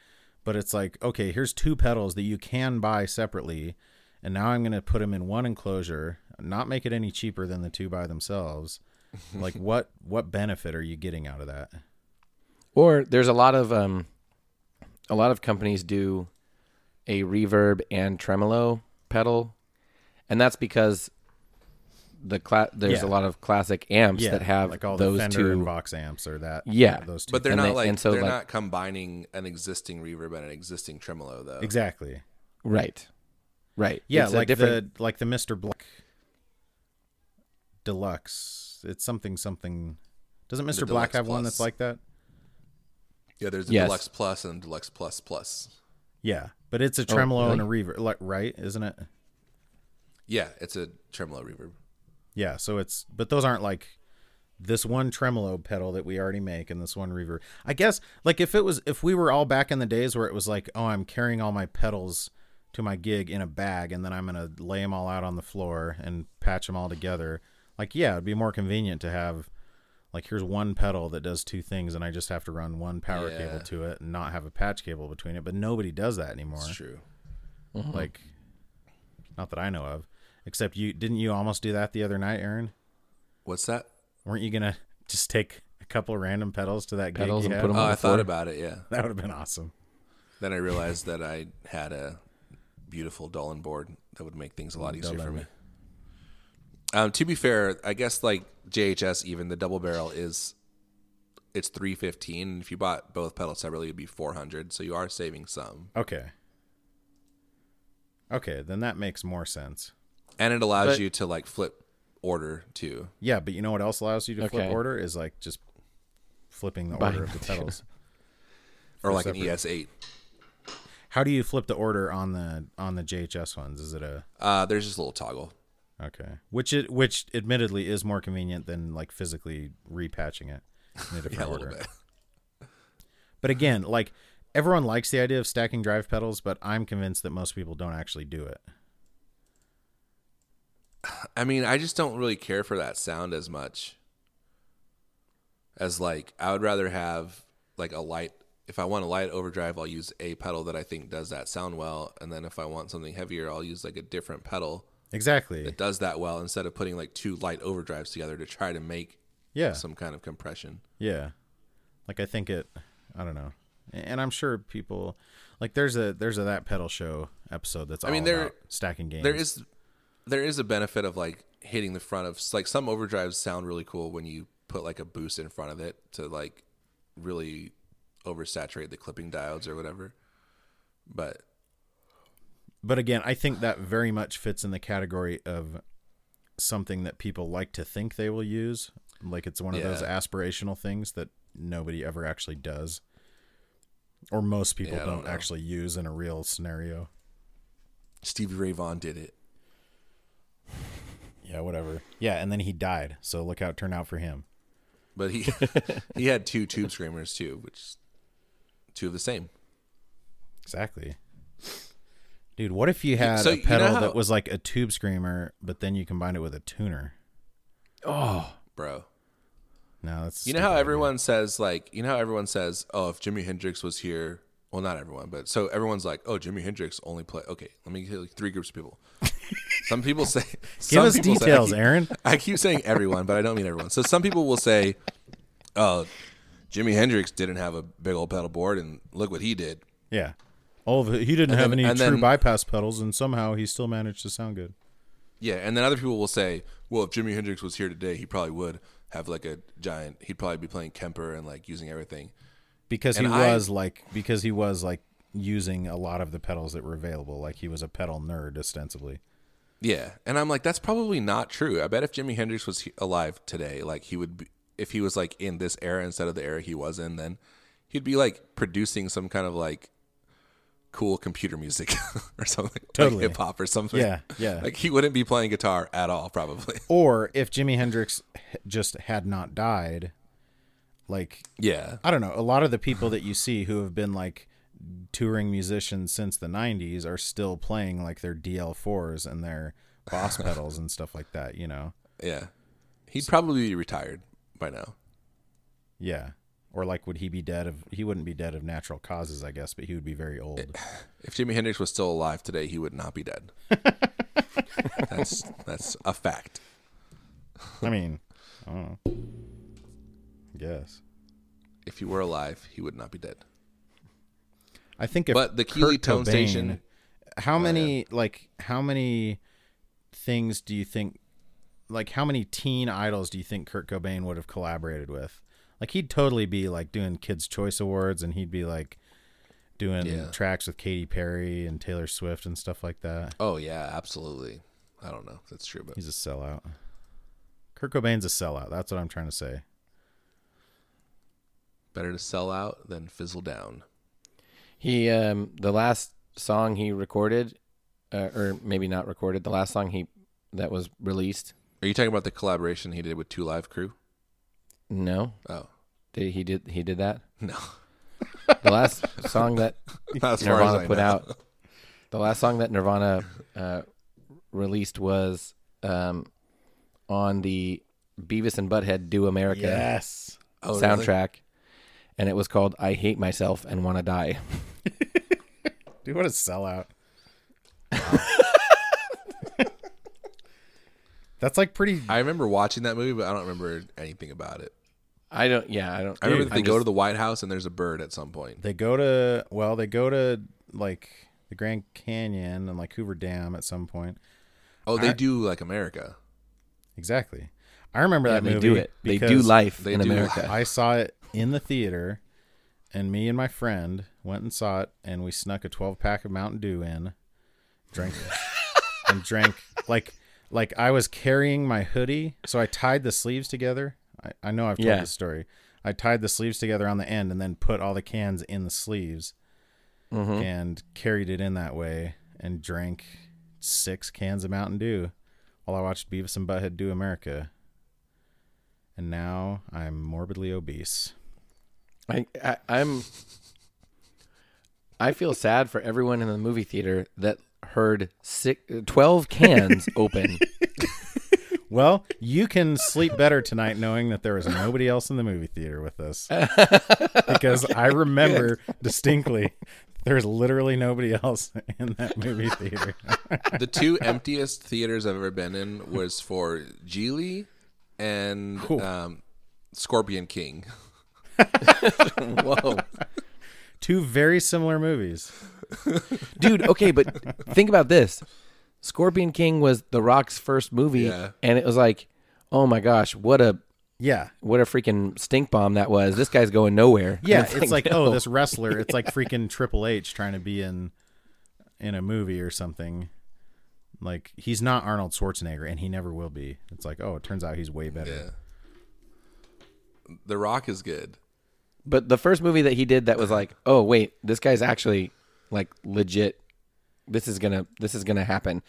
S3: but it's like okay, here's two pedals that you can buy separately, and now I'm gonna put them in one enclosure, not make it any cheaper than the two by themselves.
S2: <laughs>
S3: like what what benefit are you getting out of that?
S2: Or there's a lot of um, a lot of companies do a reverb and tremolo pedal, and that's because the cla- there's
S3: Yeah.
S2: a lot of classic amps that have
S3: like all
S2: those
S3: the Fender and
S2: two.
S3: Vox amps or that. uh,
S2: Yeah.
S3: those two.
S1: But they're
S2: And
S1: not
S2: they-
S1: like
S2: and so,
S1: they're
S2: like-
S1: not combining an existing reverb and an existing tremolo though.
S3: exactly.
S2: right, right.
S3: Yeah,
S2: It's a
S3: like
S2: different-
S3: the like the Mister Black Deluxe. It's something something. Doesn't Mister Black
S1: Deluxe
S3: have one that's
S1: Plus.
S3: like that?
S1: Yeah, there's a
S2: Yes.
S1: deluxe plus and deluxe plus plus.
S3: Yeah, but it's a tremolo and a
S2: really?
S3: reverb, like, right? Isn't it?
S1: Yeah, it's a tremolo reverb.
S3: Yeah. So it's but those aren't like this one tremolo pedal that we already make and this one reverb. I guess like if it was if we were all back in the days where it was like, oh, I'm carrying all my pedals to my gig in a bag and then I'm gonna lay them all out on the floor and patch them all together. Like yeah, it'd be more convenient to have like here's one pedal that does two things and I just have to run one power
S1: Yeah.
S3: cable to it and not have a patch cable between it. But nobody does that anymore
S1: It's true.
S3: like not that i know of except you didn't you almost do that the other night aaron
S1: What's that?
S3: weren't you gonna <laughs> just take a couple random pedals to that
S2: Pedals
S3: gig
S2: and
S3: you
S2: put
S3: had?
S1: Oh,
S2: on
S1: I
S2: the
S1: thought
S2: floor.
S1: about it. Yeah.
S3: <laughs> that would have been awesome
S1: Then I realized that I had a beautiful Dolan board that would make things a lot easier for me. Um, to be fair, I guess like JHS, even the double barrel is it's three fifteen. If you bought both pedals separately, it'd be four hundred. So you are saving some,
S3: okay okay then that makes more sense
S1: and it allows
S2: But-
S1: you to like flip order too.
S3: yeah but you know what else allows you to flip
S2: Okay.
S3: order is like just flipping the
S2: Buying
S3: order of the
S2: the two. <laughs>
S3: pedals
S1: or like an E
S3: separate.
S1: ES8.
S3: how do you flip the order on the on the jhs ones is it a
S1: Uh, there's just a little toggle.
S3: okay which it which admittedly is more convenient than like physically repatching it in a
S1: <laughs>
S3: different
S1: Yeah, a
S3: order
S1: little bit.
S3: But again, like everyone likes the idea of stacking drive pedals, but I'm convinced that most people don't actually do it.
S1: I mean, I just don't really care for that sound as much as like I would rather have like a light. If I want a light overdrive, I'll use a pedal that I think does that sound well, and then if I want something heavier, I'll use like a different pedal
S3: Exactly.
S1: that does that well instead of putting like two light overdrives together to try to make
S3: Yeah.
S1: some kind of compression.
S3: Yeah. Like I think it I don't know. And I'm sure people like there's a there's a that pedal show episode that's all
S1: mean, there-
S3: about stacking games.
S1: There is there is a benefit of like hitting the front of like some overdrives sound really cool when you put like a boost in front of it to like really oversaturate the clipping diodes or whatever. But
S3: But again, I think that very much fits in the category of something that people like to think they will use. Like it's one of those
S1: Yeah.
S3: aspirational things that nobody ever actually does, or most people
S1: Yeah, I
S3: don't,
S1: don't know.
S3: actually use in a real scenario.
S1: Stevie Ray Vaughan did it.
S3: Yeah, whatever. Yeah, and then he died. So look how it turned out for him.
S1: But he <laughs> he had two tube screamers too, which two of the same.
S3: Exactly. Dude, what if you had
S1: so
S3: a
S1: you know
S3: pedal
S1: how-
S3: that was like a tube screamer, but then you combined it with a tuner?
S2: Oh,
S1: Bro.
S3: No, that's
S1: You know how
S3: stupid.
S1: everyone says like you know how everyone says, Oh, if Jimi Hendrix was here well not everyone, but so everyone's like, Oh, Jimi Hendrix only play okay, let me get like three groups of
S3: <laughs>
S1: people. Some people say
S3: Give
S1: some
S3: us
S1: people say- I
S3: details,
S1: keep-
S3: Aaron.
S1: <laughs> I keep saying everyone, but I don't mean everyone. So some people will say, "Oh, Jimi Hendrix didn't have a big old pedal board, and look what he did."
S3: Yeah. Oh, but he didn't have
S1: then-
S3: any
S1: and
S3: true
S1: then-
S3: bypass pedals, and somehow he still managed to sound good.
S1: Yeah, and then other people will say, "Well, if Jimi Hendrix was here today, he probably would have like a giant. He'd probably be playing Kemper and like using everything."
S3: Because
S1: And
S3: he
S1: I-
S3: was like, because he was like using a lot of the pedals that were available. Like he was a pedal nerd, ostensibly.
S1: Yeah, and I'm like, that's probably not true. I bet if Jimi Hendrix was he- alive today, like he would, be, if he was like in this era instead of the era he was in, then he'd be like producing some kind of like cool computer music <laughs> or something,
S3: Totally.
S1: like hip hop or something.
S3: Yeah, yeah.
S1: Like he wouldn't be playing guitar at all, probably. <laughs>
S3: Or if Jimi Hendrix h- just had not died, like
S1: yeah,
S3: I don't know. A lot of the people that you see who have been like touring musicians since the 90s are still playing like their DL4s and their
S1: <laughs>
S3: boss pedals and stuff like that, you know?
S1: yeah. He'd probably be retired by now.
S3: Yeah. Or like, would he be dead of, he wouldn't be dead of natural causes, I guess, but he would be very old.
S1: If Jimi Hendrix was still alive today, he would not be dead.
S3: <laughs>
S1: that's that's a fact.
S3: I mean, I don't know. Yes.
S1: If he were alive, he would not be dead.
S3: I think if
S1: But the Keeley
S3: Kurt
S1: Tone
S3: Cobain-
S1: Station-
S3: how many like how many things do you think like how many teen idols do you think Kurt Cobain would have collaborated with? Like he'd totally be like doing Kids Choice Awards and he'd be like doing
S1: Yeah.
S3: tracks with Katy Perry and Taylor Swift and stuff like that.
S1: Oh yeah, absolutely. I don't know if that's true, but
S3: He's a sellout. Kurt Cobain's a sellout. That's what I'm trying to say.
S1: better to sell out than fizzle down.
S2: he um the last song he recorded, uh, or maybe not recorded. The last song he that was released.
S1: Are you talking about the collaboration he did with Two Live Crew?
S2: No,
S1: Oh <laughs>
S2: did he did he did that?
S1: no, <laughs>
S2: The last song that
S1: not as far as
S2: Nirvana
S1: I
S2: put
S1: know.
S2: out. The last song that Nirvana uh, released was um, on the Beavis and Butthead Do America
S3: Yes.
S1: Oh, really?
S2: soundtrack, and it was called "I Hate Myself and Want to Die."
S3: Dude, what a sellout. <laughs> That's like pretty
S1: I remember watching that movie, but I don't remember anything about it.
S2: I don't. Yeah, I don't.
S1: I remember
S2: I'm
S1: that they go
S2: just-
S1: to the White House and there's a bird at some point.
S3: They go to well, they go to like the Grand Canyon and like Hoover Dam at some point.
S1: Oh, they
S3: I-
S1: do like America.
S3: Exactly. I remember
S2: yeah,
S3: that movie.
S2: they do it. They do
S3: because
S2: life
S1: they
S2: in
S1: do
S2: America.
S3: I saw it in the theater, and me and my friend went and saw it, and we snuck a twelve pack of Mountain Dew in, drank and drank like like I was carrying my hoodie, so I tied the sleeves together. I, I know I've told
S2: Yeah.
S3: this story. I tied the sleeves together on the end and then put all the cans in the sleeves and carried it in that way and drank six cans of Mountain Dew while I watched Beavis and Butthead do America. And now I'm morbidly obese.
S2: I, I I'm I feel sad for everyone in the movie theater that heard six, 12 cans open.
S3: Well, you can sleep better tonight knowing that there was nobody else in the movie theater with us. Because I remember distinctly there's literally nobody else in that movie theater.
S1: The two <laughs> emptiest theaters I've ever been in was for Geely and um, Scorpion King.
S2: Whoa.
S3: Two very similar movies.
S2: Dude, okay, but think about this. Scorpion King was The Rock's first movie
S1: Yeah.
S2: and it was like, "Oh my gosh, what a
S3: Yeah.
S2: what a freaking stink bomb that was. This guy's going nowhere." And <laughs>
S3: Yeah, it's like, oh, this wrestler, it's like freaking Triple H trying to be in in a movie or something. Like he's not Arnold Schwarzenegger, and he never will be. It's like, oh, it turns out he's way better.
S1: Yeah. The Rock is good.
S2: But the first movie that he did that was
S1: Uh-huh.
S2: like, oh wait, this guy's actually like legit. This is gonna this is gonna happen.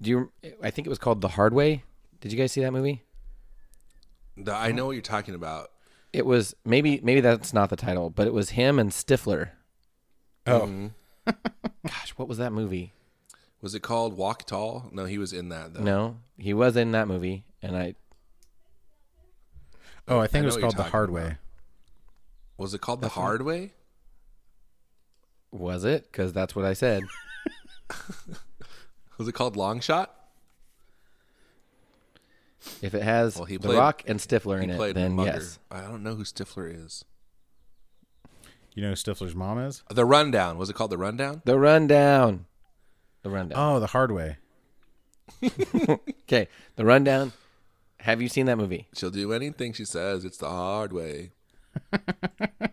S2: Do you? I think it was called The Hard Way. Did you guys see that movie?
S1: The- I know what you're talking about.
S2: It was maybe maybe that's not the title, but it was him and Stifler.
S3: Oh,
S2: <laughs> Gosh, what was that movie?
S1: Was it called Walk Tall? No, he was in that though.
S2: No, he was in that movie, and I
S3: oh, I
S1: I
S3: think it
S1: know
S3: was
S1: what
S3: called
S1: you're
S3: The Hard Way.
S1: Was it called The Hard Way?
S2: was it because that's what I said.
S1: Was it called Long Shot?
S2: If it has
S1: Well, he
S2: The
S1: played-
S2: Rock and Stifler
S1: He
S2: in it,
S1: played
S2: then
S1: Mugger.
S2: yes.
S1: I don't know who Stifler is.
S3: You know who Stifler's mom is?
S1: The Rundown. Was it called The Rundown?
S2: The rundown. The rundown.
S3: Oh, The Hard Way.
S2: Okay, the rundown. Have you seen that movie?
S1: She'll do anything she says. It's the hard
S2: <laughs>
S1: way. I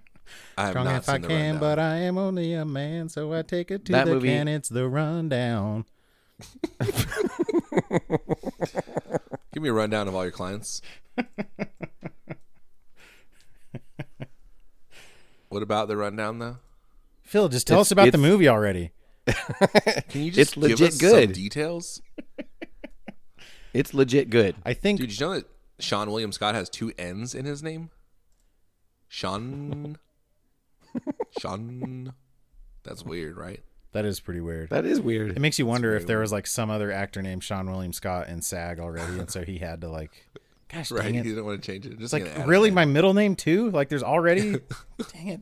S1: have
S3: Strong
S1: not
S3: if
S1: seen
S3: I
S1: the
S3: can,
S1: rundown.
S3: but I am only a man, so I take it to
S2: That
S3: the
S2: movie-
S3: can. It's the rundown.
S1: Give me a rundown of all your
S2: <laughs>
S1: clients. what about the rundown though?
S3: Phil, just tell
S2: It's-
S3: us about the
S2: it's-
S3: movie already.
S1: Can you just
S2: It's
S1: give
S2: legit
S1: us some
S2: good.
S1: details?
S2: It's legit good.
S3: I think
S1: Dude, did you know that Sean William Scott has two N's in his name?
S3: <laughs>
S1: Sean. Sean. That's weird, right?
S3: that is pretty weird.
S2: That is
S3: It
S2: weird.
S3: makes you wonder if there was like some other actor named Sean William Scott in SAG already, and so he had to
S2: <laughs>
S3: like, gosh,
S1: Right? <laughs>
S3: dang
S1: He
S3: it!
S1: didn't want to change it. Just
S3: It's like
S1: gonna add a
S3: really
S1: name.
S3: my middle name too. Like there's
S2: <laughs>
S3: already, dang it.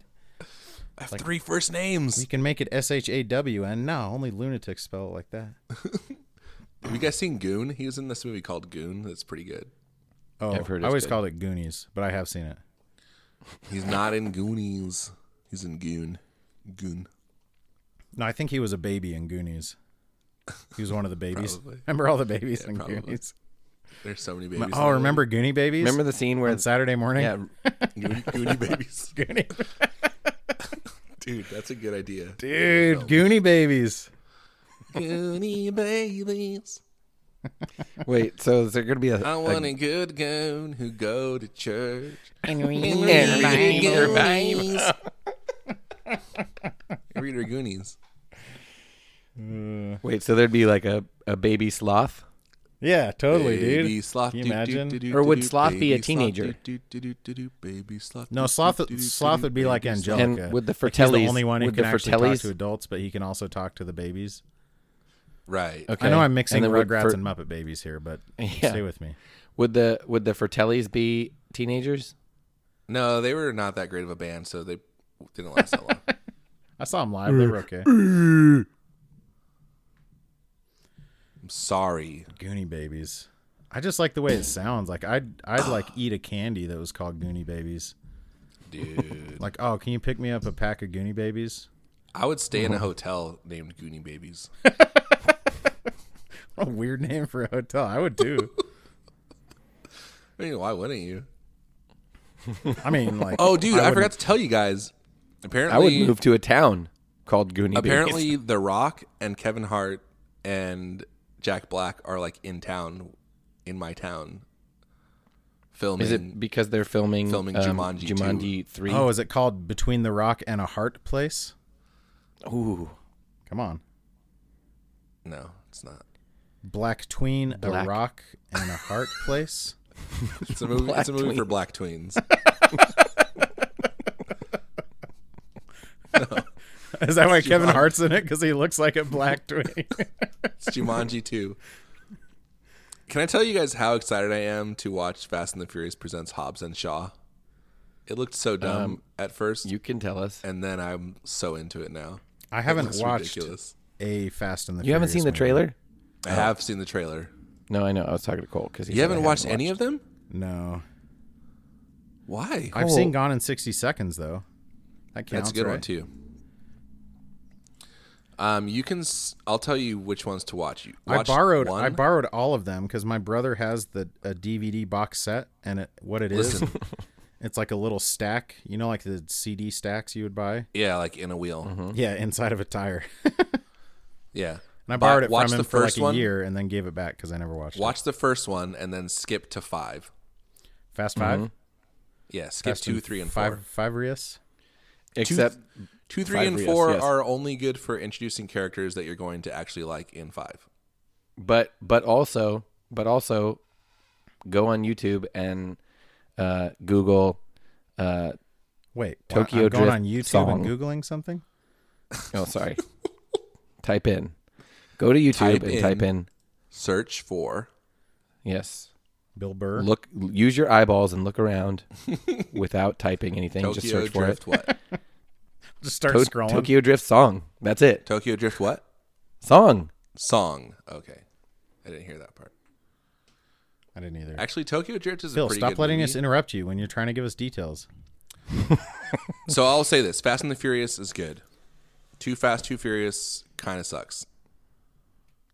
S1: I have three first names.
S3: You can make it S H A W N. No, only lunatics spell it like that.
S1: Have you guys seen Goon? He was in this movie called Goon. That's pretty good.
S3: Oh,
S2: I've heard it's
S3: I always
S2: good.
S3: called it Goonies, but I have seen it.
S1: He's not in Goonies. He's in Goon. Goon.
S3: No, I think he was a baby in Goonies. He was one of the
S1: <laughs>
S3: babies.
S1: Probably.
S3: remember all the babies in
S1: probably.
S3: Goonies?
S1: There's so many babies. in
S3: Oh,
S1: that
S3: remember Goonie babies?
S2: Remember the scene where
S3: on Saturday morning?
S2: yeah,
S1: movie. Goon- Goonie babies.
S3: <laughs> Goonie,
S1: Dude, that's a good idea.
S3: dude, Goonie babies.
S1: Goonie babies.
S2: wait. So is there going to be a,
S1: I
S2: a-
S1: want a good goon who go to church.
S4: And read
S2: their
S1: Read
S2: Bible.
S1: her
S4: Bible.
S1: Goonies. Read her Goonies.
S2: wait? So there'd be like a, a baby sloth.
S3: Yeah, totally,
S1: Baby
S3: dude.
S1: sloth.
S3: Can you
S1: doo, doo,
S3: imagine?
S1: doo, doo,
S2: Or would
S1: doo, doo,
S2: sloth be a
S1: baby sloth,
S2: teenager?
S1: doo, doo, doo, doo, doo, baby sloth.
S3: No,
S1: doo,
S3: sloth.
S1: doo, doo, doo,
S3: Sloth
S1: doo,
S3: would be
S1: baby
S3: like
S1: sloth.
S3: Angelica.
S2: And with the
S3: Like, he's the
S2: Fratellis-
S3: only one who
S2: with
S3: can
S2: the
S3: actually talk
S2: Fratellis-
S3: to adults, but he can also talk to the babies.
S1: Right.
S2: Okay.
S3: I know I'm mixing
S2: then would
S3: Rugrats
S2: Fer-
S3: and Muppet Babies here, but
S2: <laughs> Yeah.
S3: stay with me.
S2: Would the would the Fratellis be teenagers?
S1: No, they were not that great of a band, so they didn't last that long.
S3: I saw him live. They
S2: <clears throat>
S3: were okay.
S1: I'm sorry.
S3: Goonie Babies. I just like the way it sounds. Like I'd I'd like eat a candy that was called Goonie Babies.
S1: Dude.
S3: Like, oh, can you pick me up a pack of Goonie Babies? <laughs>
S1: I would stay
S3: Uh-huh.
S1: in a hotel named Goonie Babies.
S3: What a weird name for a hotel. I would do.
S1: I mean, why wouldn't you? <laughs>
S3: I mean, like,
S1: Oh, dude, I,
S3: wouldn't-
S1: forgot to tell you guys. Apparently,
S2: I would move to a town called Goonie. Babies.
S1: apparently, The Rock and Kevin Hart and Jack Black are like in town, in my town, filming.
S2: is it because they're filming
S1: Filming
S2: um,
S1: Jumanji two.
S2: Jumanji three?
S3: oh, is it called Between the Rock and a Heart Place?
S2: Ooh,
S3: Come on,
S1: no, it's <laughs> not.
S3: Black Tween,
S2: Black.
S3: a Rock, and a Heart
S1: <laughs>
S3: Place.
S1: It's a movie.
S2: Black
S1: it's a movie for
S2: tweens.
S1: black <laughs> tweens.
S3: Is that why Kevin Hart's in it? Because he looks like
S1: <laughs>
S3: a black tween.
S1: It's Jumanji two. Can I tell you guys how excited I am to watch Fast and the Furious presents Hobbs and Shaw? It looked so dumb at first,
S2: you can tell us.
S1: and then I'm so into it now.
S3: I
S1: It
S3: haven't
S1: looks
S3: watched
S1: ridiculous.
S3: a Fast and the.
S2: You haven't
S3: Furious
S2: seen the
S3: movie.
S2: trailer?
S1: I have seen the trailer.
S2: No, I know. I was talking to Cole because
S1: You Oh. haven't watched any of them?
S3: No,
S1: Why?
S3: I've
S2: Cole-
S3: seen Gone in sixty seconds though. That counts.
S1: That's a good one
S3: right?
S1: too. Um, you can. s- I'll tell you which ones to watch. You
S3: I
S1: watch
S3: borrowed
S1: One.
S3: I borrowed all of them because my brother has the a DVD box set and it, what it is,
S1: Listen.
S3: <laughs> it's like a little stack, you know, like the CD stacks you would buy. Mm-hmm.
S1: Uh-huh. yeah, like in a wheel.
S3: Yeah, inside of a tire.
S1: Yeah.
S3: <laughs> And I
S1: But
S3: borrowed it
S1: watch
S3: from him
S1: the
S3: for like
S1: first
S3: a
S1: one.
S3: year and then gave it back because I never watched it.
S1: Watch the first one and then skip to five.
S3: Fast 5
S1: Yeah, skip
S3: Fast
S1: Mm-hmm. two, three, and
S3: five,
S1: four.
S3: Five Rius.
S2: Except
S1: Two, three,
S2: Five
S1: and
S2: Rios,
S1: four
S2: yes.
S1: are only good for introducing characters that you're going to actually like in five.
S2: but but also but also go on YouTube and uh, Google uh,
S3: Wait, what?
S2: Tokyo
S3: I'm going
S2: Drift
S3: on YouTube
S2: song.
S3: and googling something.
S1: <laughs>
S2: oh sorry type in go to YouTube
S1: Type
S2: and
S1: in.
S2: type in
S1: Search for
S2: yes
S3: Bill Burr.
S2: look use your eyeballs and
S1: <laughs>
S2: look around without typing anything just
S1: Tokyo
S2: search for
S1: Drift.
S2: it
S3: <laughs>
S1: What?
S3: <laughs> Just start
S2: To-
S3: scrolling.
S2: Tokyo Drift song that's it
S1: Tokyo Drift. What?
S2: song
S1: Song. Okay, I didn't hear that part.
S3: I didn't either.
S1: Actually, Tokyo Drift is a
S3: Phil,
S1: pretty
S3: stop
S1: good
S3: letting
S1: movie.
S3: us interrupt you when you're trying to give us details.
S1: So I'll say this: Fast and the Furious is good. Too Fast, Too Furious kind of sucks.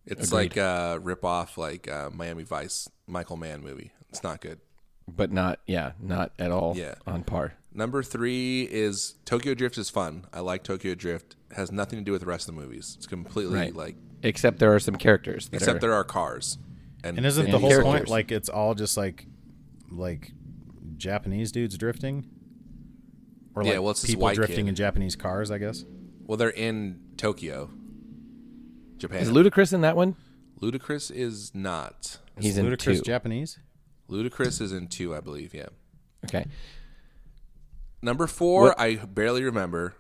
S1: It's like a rip-off, like uh, Miami Vice, Michael Mann movie. It's not good.
S2: but not yeah not at all
S1: Yeah.
S2: on par
S1: Number three is Tokyo Drift is fun. I like Tokyo Drift. Has nothing to do with the rest of the movies. It's completely
S2: Right.
S1: like
S2: except there are some characters that
S1: except
S2: are
S1: there are cars. Mm-hmm.
S3: And isn't
S2: And
S3: the whole
S2: characters.
S3: point like it's all just like like Japanese dudes drifting? Or
S1: Yeah,
S3: like
S1: well, it's this
S3: people
S1: white
S3: drifting
S1: kid.
S3: in Japanese cars, I guess.
S1: Well, they're in Tokyo, Japan.
S2: is Ludacris in that one
S1: Ludacris is not.
S2: he's in
S3: Ludicrous
S2: two
S3: Japanese?
S1: Ludacris is in two, I believe. Yeah.
S2: okay
S1: Number four, I barely remember,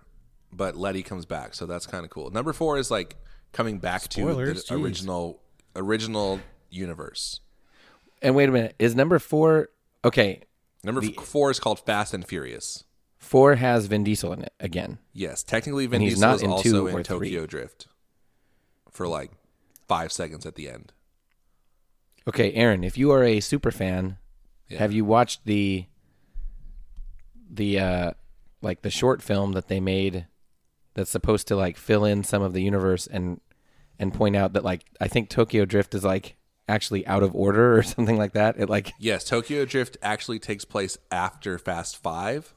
S1: but Letty comes back, so that's kind of cool. Number four is like coming back
S3: Spoilers,
S1: to
S3: jeez.
S1: the original original universe.
S2: and wait a minute is number four okay
S1: Number f- four is called Fast and Furious.
S2: four has Vin Diesel in it again
S1: Yes, technically Vin
S2: he's
S1: Diesel
S2: not
S1: is
S2: in
S1: also
S2: two
S1: in
S2: or three.
S1: Tokyo Drift for like five seconds at the end.
S2: okay Aaron if you are a super fan
S1: Yeah.
S2: have you watched the the uh like the short film that they made that's supposed to like fill in some of the universe and and point out that like I think Tokyo Drift is like actually out of order or <laughs> something like that it like
S1: Yes, Tokyo Drift actually takes place after Fast Five.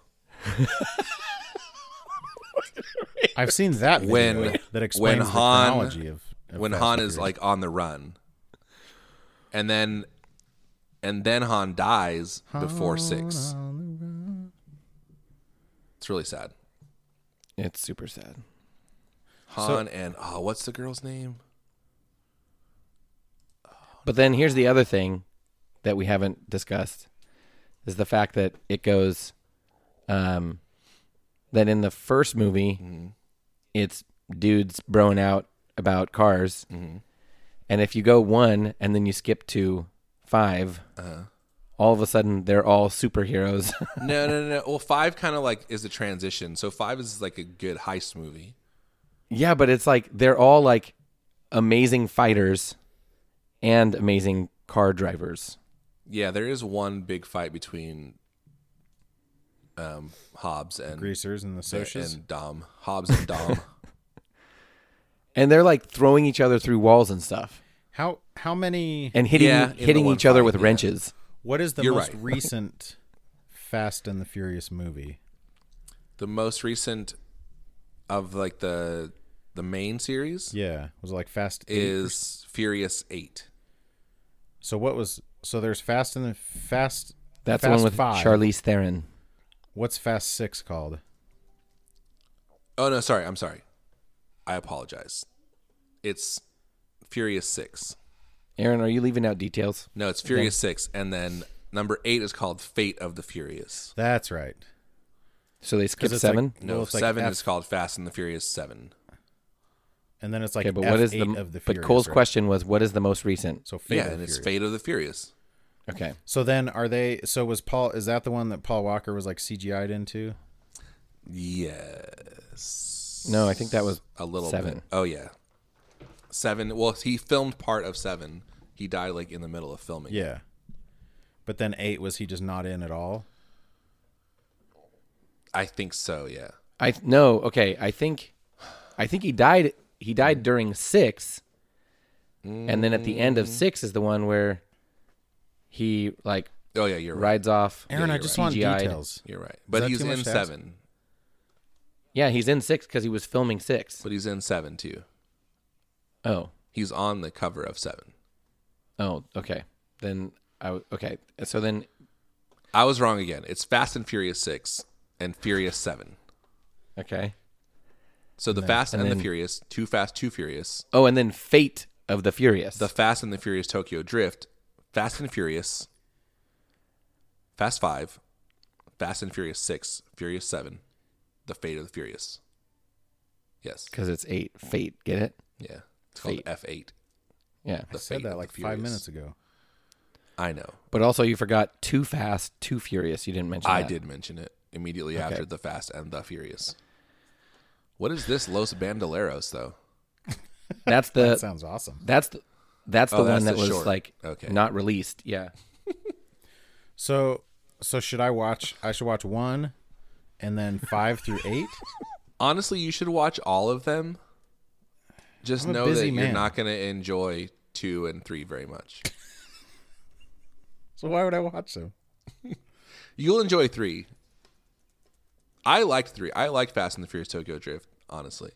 S3: I've seen that
S1: <laughs>
S3: video
S1: When-
S3: that explains
S1: when
S3: the
S1: Han-
S3: chronology of, of
S1: when
S3: Fast
S1: Han
S3: and
S1: is
S3: Furious.
S1: like on the run, and then and then Han dies before six. It's really sad.
S2: it's super sad
S1: Han and oh, what's the girl's name?
S2: But then here's the other thing that we haven't discussed is the fact that it goes um that in the first movie it's dudes broing out about cars. And if you go 1 and then you skip to 5 all of a sudden they're all superheroes. <laughs>
S1: No, no, no. no. Well, five kind of like is a transition. So five is like a good heist movie.
S2: yeah, but it's like they're all like amazing fighters and amazing car drivers.
S1: Yeah, there is one big fight between um, Hobbs and uh,
S3: greasers and the socias.
S1: and Dom. Hobbs and
S3: <laughs>
S1: Dom.
S2: And they're like throwing each other through walls and stuff.
S3: How how many
S2: and hitting
S1: Yeah, in the
S2: hitting
S1: one
S2: each other
S1: fight,
S2: with
S1: yeah.
S2: wrenches.
S3: what is the
S1: You're
S3: most
S1: right. <laughs>
S3: recent Fast and the Furious movie?
S1: the most recent of like the the main series.
S3: Yeah. Was it like Fast eight?
S1: is Furious Eight.
S3: So what was so there's Fast and the Fast
S2: That's
S3: Fast
S2: the one with
S3: five.
S2: Charlize Theron.
S3: What's Fast Six called?
S1: Oh no, sorry, I'm sorry. I apologize. It's Furious Six.
S2: Aaron, are you leaving out details?
S1: No, it's Furious Six, and then number eight is called Fate of the Furious.
S3: That's right.
S2: So they skip
S3: 'Cause it's
S2: seven.
S3: like-
S1: No,
S3: well, it's like
S1: seven
S3: F-
S1: is called Fast and the Furious Seven.
S3: and then it's like
S2: okay, but what is the,
S3: F8 of the
S2: but
S3: Furious,
S2: Cole's
S3: right?
S2: question was what is the most recent?
S3: So Fate
S1: yeah,
S3: of
S1: and
S3: the
S1: it's
S3: Furious.
S1: Fate of the Furious.
S2: Okay,
S3: So then are they so was Paul is that the one that Paul Walker was like CGI'd into?
S1: Yes.
S2: no, I think that was
S1: A little
S2: seven.
S1: bit. Oh yeah. Seven. Well, he filmed part of seven. He died like in the middle of filming.
S3: Yeah. But then 8 was he just not in at all?
S1: I think so. Yeah.
S2: I th- no, okay, I think, I think he died. He died during six, and then at the end of six is the one where he like
S1: Oh yeah, you're right.
S2: rides off.
S3: Aaron, I
S1: you're
S3: just
S1: right.
S3: want
S2: CGI'd.
S3: details.
S1: You're right. But
S3: that
S1: he's
S3: too much
S1: in
S3: to ask?
S1: seven.
S2: Yeah, he's in six because he was filming six.
S1: But he's in seven too.
S2: Oh,
S1: He's on the cover of Seven.
S2: Oh, okay. Then I w- okay. So then
S1: I was wrong again. It's Fast and Furious Six and Furious Seven.
S2: okay.
S1: So the Fast and,
S2: and
S1: the
S2: then-
S1: Furious, Too Fast, Too Furious,
S2: Oh, and then Fate of the Furious.
S1: the Fast and the Furious Tokyo Drift, Fast and Furious, Fast Five, Fast and Furious Six, Furious Seven, The Fate of the Furious. Yes.
S2: because it's eight. Fate. Get it?
S1: Yeah. It's called
S2: Fate.
S1: F eight.
S2: Yeah.
S1: The
S3: I
S1: Fate
S3: said
S1: of
S3: that
S1: the
S3: like five
S1: Furious.
S3: minutes ago.
S1: I know.
S2: But also, you forgot Too Fast, Too Furious. You didn't mention.
S1: I
S2: that.
S1: did mention it immediately after the Fast and the Furious. What is this Los Bandoleros though?
S2: That's the
S3: That sounds awesome.
S2: that's the that's the
S1: Oh,
S2: one
S1: that's
S2: that
S1: the
S2: was
S1: short.
S2: like
S1: Okay.
S2: not released. Yeah.
S3: So, so should I watch? I should watch one, and then five through <laughs> eight.
S1: Honestly, you should watch all of them. Just
S3: I'm a
S1: know
S3: busy
S1: that you're
S3: man.
S1: not going to enjoy 2 and 3 very much.
S3: So why would I watch them?
S1: You'll enjoy 3. I liked 3. I liked Fast and the Furious Tokyo Drift, honestly.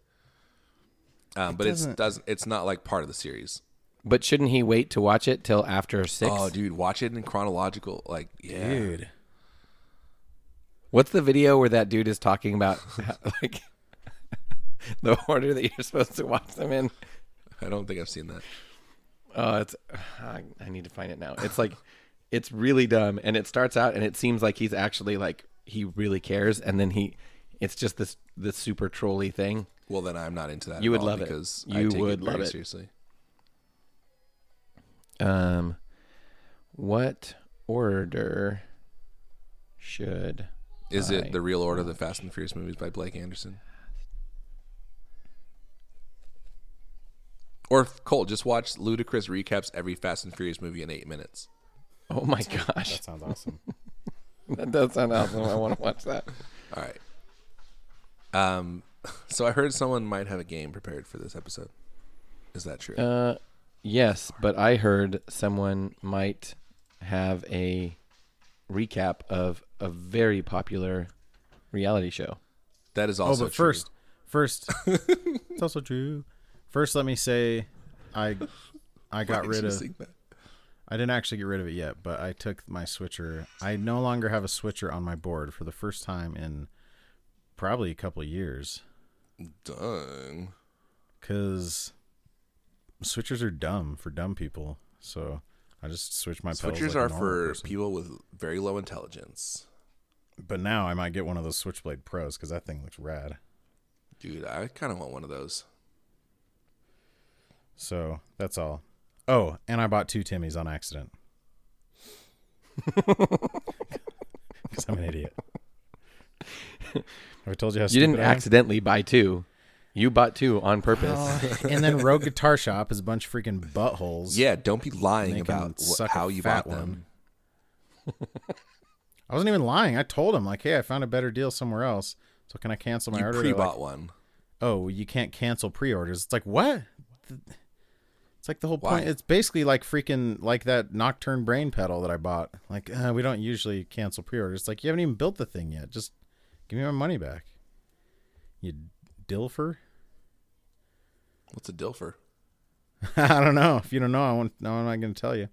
S1: Um, but it's
S3: doesn't-
S1: doesn't it's not like part of the series.
S2: But shouldn't he wait to watch it till after six?
S1: Oh, dude, watch it in chronological like yeah.
S3: Dude,
S2: What's the video where that dude is talking about <laughs> like the order that you're supposed to watch them in?
S1: I don't think I've seen that.
S2: Oh, it's I, I need to find it now. It's like <laughs> it's really dumb, and it starts out, and it seems like he's actually like he really cares, and then he, it's just this this super trolly thing.
S1: Well, then I'm not into that.
S2: You
S1: at
S2: would
S1: all
S2: love it.
S1: because I
S2: You
S1: take
S2: would
S1: it very
S2: love it.
S1: seriously.
S2: Um, what order should
S1: Is
S2: I-
S1: it the real order of the Fast and the Furious movies by Blake Anderson? Or Cole, just watch Ludacris recaps every Fast and Furious movie in eight minutes.
S2: Oh my gosh, <laughs>
S3: that sounds awesome.
S2: that does sound awesome. I want to watch that.
S1: All right. Um, <laughs> so I heard someone might have a game prepared for this episode. Is that true?
S2: Uh, yes, but I heard someone might have a recap of a very popular reality show.
S1: that is
S3: Oh,
S1: also
S3: but
S1: true.
S3: first, first, it's also true. First, let me say, I, I
S1: <laughs>
S3: got
S1: Why
S3: rid
S1: did you
S3: of.
S1: sing that?
S3: I didn't actually get rid of it yet, but I took my switcher. I no longer have a switcher on my board for the first time in probably a couple of years
S1: Dang.
S3: because switchers are dumb for dumb people. So I just switch my pedals
S1: Switchers
S3: like a
S1: are
S3: normal
S1: for
S3: person.
S1: people with very low intelligence.
S3: But now I might get one of those Switchblade Pros because that thing looks rad.
S1: Dude, I kind of want one of those.
S3: So that's all. Oh, and I bought two Timmys on <laughs> accident. Because I'm an idiot. Have I told you how
S2: You
S3: stupid
S2: didn't
S3: I am?
S2: accidentally buy two. You bought two on purpose.
S3: <laughs> and then Rogue Guitar Shop is a bunch of freaking buttholes.
S1: Yeah, don't be lying
S3: They can
S1: about wh-
S3: suck a
S1: how you
S3: fat
S1: bought them.
S3: <laughs> I wasn't even lying. I told him like, "Hey, I found a better deal somewhere else. So can I cancel my
S1: You
S3: order?" They're like,
S1: pre-bought one.
S3: "Oh, well, you can't cancel pre-orders." It's like what? Th- It's like the whole
S1: Why?
S3: point. It's basically like freaking like that Nocturne Brain pedal that I bought. Like uh, we don't usually cancel pre-orders. It's like you haven't even built the thing yet. Just give me my money back. You dilfer. <laughs>
S1: What's a dilfer?
S3: I don't know. If you don't know, I won't. No, I'm not going to tell you.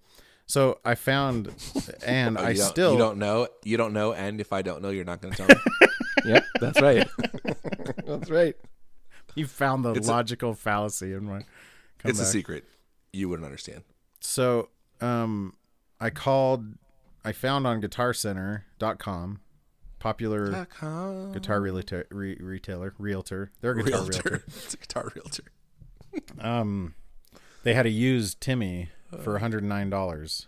S3: So
S1: <laughs>
S3: I found, and
S1: Oh,
S3: I
S1: you don't-
S3: still
S1: you don't know. You don't know, and if I don't know, you're not going
S3: <laughs>
S1: to tell me.
S2: yep, that's right. that's right.
S3: You found the
S1: It's a-
S3: logical fallacy in my.
S1: it's a
S3: comeback.
S1: secret. You wouldn't understand.
S3: So, um, I called. I found on GuitarCenter.com, popular guitar realtor, re- retailer, realtor. They're a guitar realtor.
S1: realtor. <laughs> it's a guitar realtor.
S3: Um, they had a used Timmy for $109.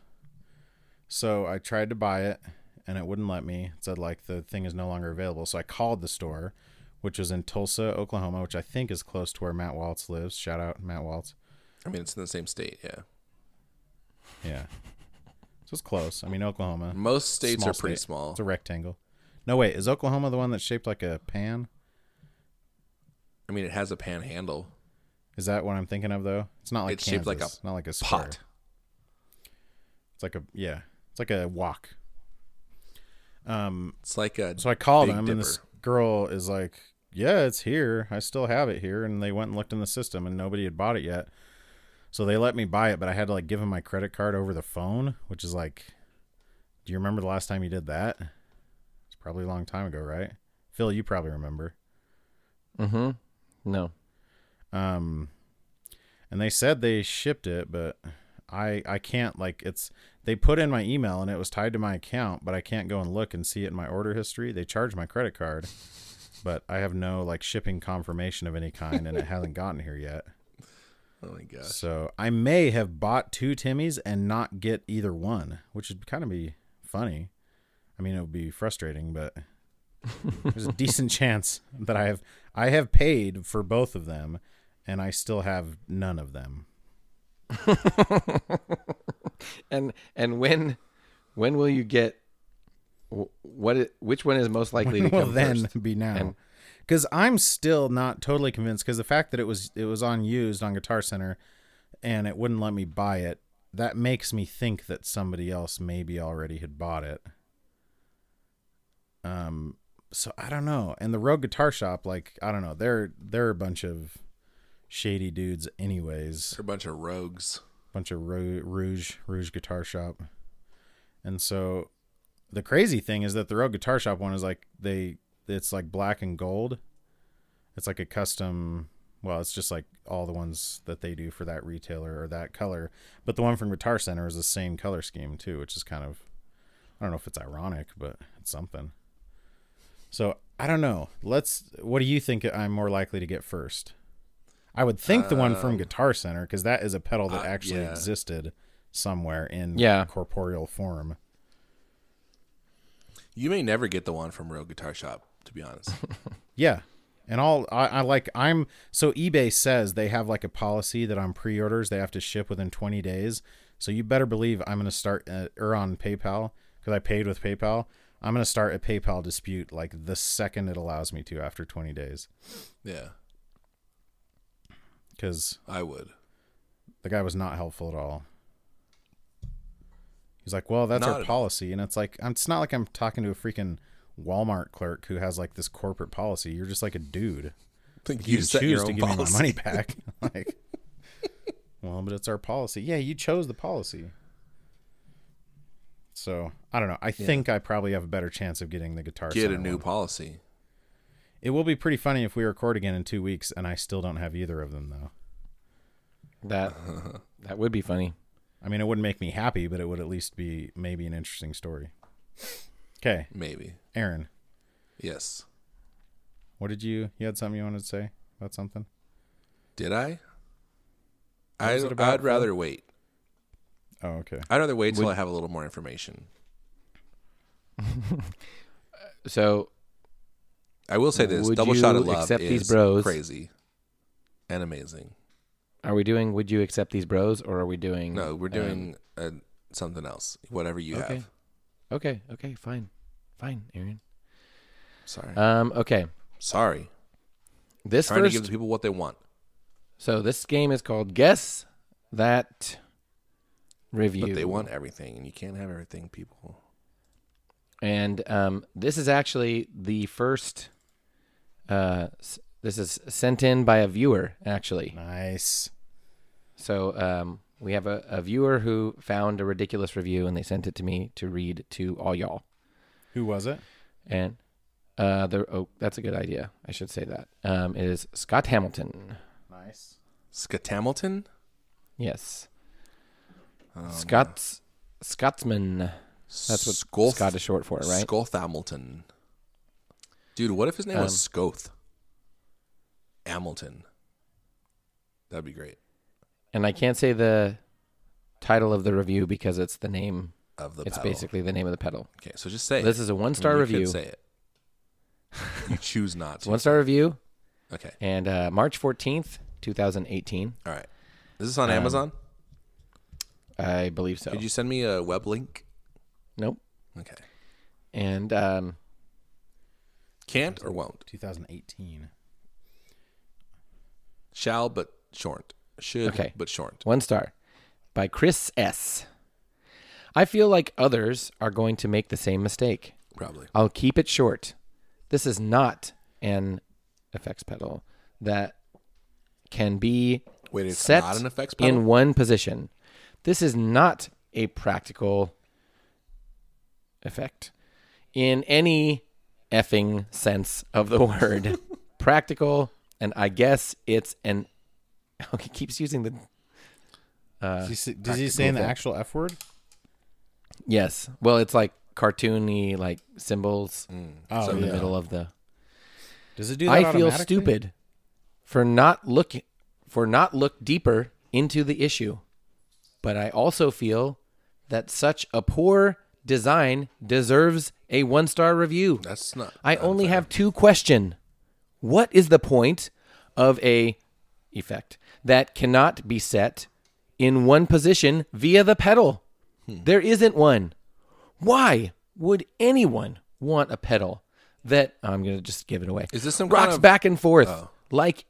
S3: So I tried to buy it and it wouldn't let me. It said like the thing is no longer available. So I called the store, which was in Tulsa, Oklahoma, which I think is close to where Matt Waltz lives. Shout out Matt Waltz.
S1: I mean, it's in the same state. Yeah,
S3: Yeah. So it's close. I mean, Oklahoma.
S1: most states
S3: small
S1: are pretty
S3: state.
S1: small.
S3: It's a rectangle. No, wait. Is Oklahoma the one that's shaped like a pan?
S1: I mean, it has a panhandle
S3: Is that what I'm thinking of though? It's not like
S1: It's shaped like a
S3: Kansas. It's not like a square.
S1: pot.
S3: It's like a yeah. It's like a walk. Um,
S1: It's like a
S3: So I called
S1: Big
S3: them, and this girl is like, "Yeah, it's here. I still have it here." And they went and looked in the system, and nobody had bought it yet. So they let me buy it, but I had to like give him my credit card over the phone, which is like, do you remember the last time you did that? It's probably a long time ago, right? Phil, you probably remember.
S2: Mm-hmm. No.
S3: Um, and they said they shipped it, but I I can't like it's they put in my email and it was tied to my account, but I can't go and look and see it in my order history. They charge my credit card, but I have no like shipping confirmation of any kind, and it hasn't gotten here yet.
S1: Oh my gosh.
S3: So I may have bought two Timmys and not get either one, which would kind of be funny. I mean, it would be frustrating, but there's a decent chance that I have I have paid for both of them, and I still have none of them.
S2: And and when when will you get wh- what? i- Which one is most likely to
S3: <laughs> Well,
S2: come
S3: then
S2: first?
S3: be now,
S2: And-
S3: because I'm still not totally convinced. Because the fact that it was it was on used on Guitar Center, and it wouldn't let me buy it, that makes me think that somebody else maybe already had bought it. Um, so I don't know. And the Rogue Guitar Shop, like I don't know, they're they're a bunch of shady dudes, anyways.
S1: They're a bunch of rogues.
S3: bunch of Ru- Rouge Rouge Guitar Shop, and so the crazy thing is that the Rogue Guitar Shop one is like they it's like black and gold. It's like a custom. Well, it's just like all the ones that they do for that retailer or that color. But the one from Guitar Center is the same color scheme too, which is kind of I don't know if it's ironic, but it's something. So I don't know. Let's. What do you think I'm more likely to get first? I would think the one from Guitar Center because that is a pedal that
S1: Um, uh,
S3: actually
S1: yeah.
S3: existed somewhere in
S2: Yeah.
S3: corporeal form.
S1: You may never get the one from Rogue Guitar Shop, to be
S3: <laughs>
S1: honest.
S3: Yeah. And all I, I like I'm so eBay says they have like a policy that on pre-orders they have to ship within 20 days. So you better believe I'm gonna start uh, or on PayPal because I paid with PayPal. I'm gonna start a PayPal dispute like the second it allows me to after 20 days
S1: yeah,
S3: because
S1: I would.
S3: the guy was not helpful at all. He's like, "Well, that's
S1: Not
S3: our
S1: at all.
S3: policy," and it's like, I'm- it's not like I'm talking to a freaking Walmart clerk who has like this corporate policy. You're just like a dude.
S1: think
S3: you,
S1: set
S3: choose
S1: your
S3: to
S1: own
S3: give me my
S1: policy.
S3: money back. <laughs> like, well, but it's our policy. Yeah, you chose the policy. So I don't know. I think I probably have a better chance of getting the guitar.
S1: <laughs> Get
S3: Center
S1: a new
S3: one.
S1: policy.
S3: It will be pretty funny if we record again in two weeks and I still don't have either of them though.
S2: That that would be funny.
S3: I mean, it wouldn't make me happy, but it would at least be maybe an interesting story. Okay,
S1: Maybe.
S3: Aaron,
S1: Yes.
S3: what did you? You had something you wanted to say about something?
S1: Did I?
S3: What
S1: I
S3: was it about,
S1: I'd
S3: Phil?
S1: rather wait.
S3: Oh, okay.
S1: I'd rather wait till I have a little more information.
S2: So
S1: I will say this:
S2: Would
S1: double shot
S2: you
S1: of love
S2: accept
S1: is
S2: these bros?
S1: crazy and amazing.
S2: are we doing? Would you accept these bros, or are we doing?
S1: No, we're
S2: um,
S1: doing uh, something else. Whatever you
S2: okay.
S1: have.
S2: Okay. Okay. Fine. Fine, Aaron.
S1: Sorry.
S2: Um. Okay.
S1: Sorry.
S2: This
S1: Trying
S2: uh, first.
S1: to give the people what they want.
S2: so this game is called Guess That Review.
S1: But they want everything, and you can't have everything, people.
S2: and um, this is actually the first. Uh, s- this is sent in by a viewer actually.
S3: Nice.
S2: So um, we have a, a viewer who found a ridiculous review and they sent it to me to read to all y'all.
S3: Who was it?
S2: And uh, the oh, that's a good idea. I should say that. Um, it is Scott Hamilton.
S3: Nice.
S1: Skatamilton?
S2: Yes. Scots Scotsman. That's what
S1: Scoth-
S2: Scott is short for, right?
S1: Hamilton. Dude, what if his name
S2: Um,
S1: was Scoth? Hamilton. That'd be great.
S2: and I can't say the title of the review because it's the name.
S1: Of the
S2: It's
S1: pedal.
S2: basically the name of the pedal.
S1: Okay, so just say
S2: This
S1: it.
S2: is
S1: I
S2: a
S1: mean,
S2: one-star
S1: you could
S2: review.
S1: Say it. <laughs> You choose not to.
S2: One-star review,
S1: Okay.
S2: and uh, March fourteenth, two thousand eighteen.
S1: All right. Is this on
S2: Um,
S1: Amazon?
S2: I believe so.
S1: Could you send me a web link?
S2: nope.
S1: Okay.
S2: And um,
S1: Can't or won't.
S3: 2018.
S1: Shall but short. Should
S2: Okay.
S1: but short.
S2: One star by Chris S. I feel like others are going to make the same mistake.
S1: Probably.
S2: I'll keep it short. This is not an effects pedal that can be
S1: Wait, it's
S2: set
S1: not an effects pedal.
S2: in one position. This is not a practical effect in any effing sense of the
S1: <laughs>
S2: word. practical, and I guess it's an. <laughs> Oh, he keeps using the Uh,
S3: Does he, say- does he say in the actual F word?
S2: yes. Well, it's like cartoony, like symbols
S3: Oh,
S2: in the
S1: Mm,
S3: yeah.
S2: middle of the.
S3: Does it do that
S2: I feel
S3: automatically?
S2: stupid for not look for not look deeper into the issue. But I also feel that such a poor design deserves a one-star review.
S1: That's not.
S2: I only have two question. What is the point of a effect that cannot be set in one position via the pedal?
S1: Hmm.
S2: There isn't one. Why would anyone want a pedal that I'm going to just give it away?
S1: Is this some
S2: rocks
S1: kind of- Oh.
S2: back and forth like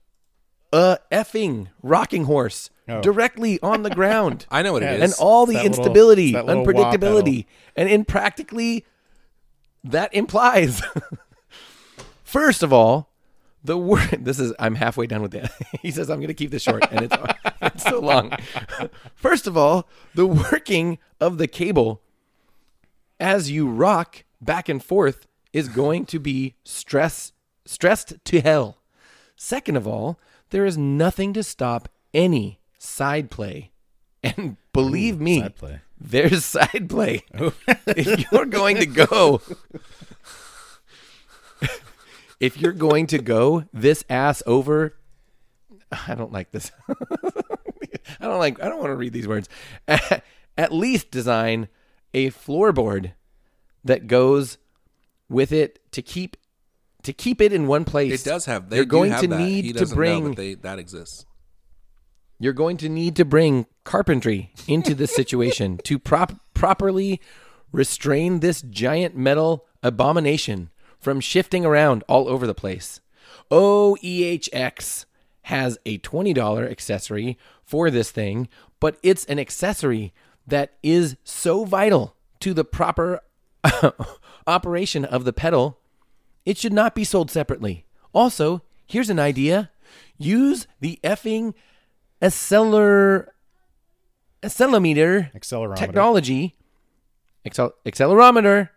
S2: a effing rocking horse directly on the ground?
S1: Oh. <laughs> I know what it is.
S2: and all the
S3: that little-
S2: instability,
S3: that little wah
S2: unpredictability, and in practically that implies. <laughs> First of all, the word. This is. I'm halfway done with that. <laughs> he says I'm going to keep this short, and it's, <laughs> it's so long. <laughs> First of all, the working of the cable as you rock back and forth is going to be stress stressed to hell. Second of all, there is nothing to stop any side play. And believe me,
S3: side play.
S2: there's side play. if you're going to go if you're going to go this ass over I don't like this. <laughs> I don't like I don't want to read these words. <laughs> At least design a floorboard that goes with it to keep to keep it in one place.
S1: it does have. They
S2: you're
S1: do
S2: going
S1: have
S2: to
S1: that.
S2: need
S1: he
S2: to
S1: doesn't
S2: bring
S1: know that, they, that exists.
S2: you're going to need to bring carpentry into this situation to prop- properly restrain this giant metal abomination from shifting around all over the place. OEHX has a $20 accessory for this thing, but it's an accessory that is so vital to the proper <laughs> operation of the pedal it should not be sold separately. Also, here's an idea use the effing acceler- accelerometer
S3: Accelerometer.
S2: technology, accel- accelerometer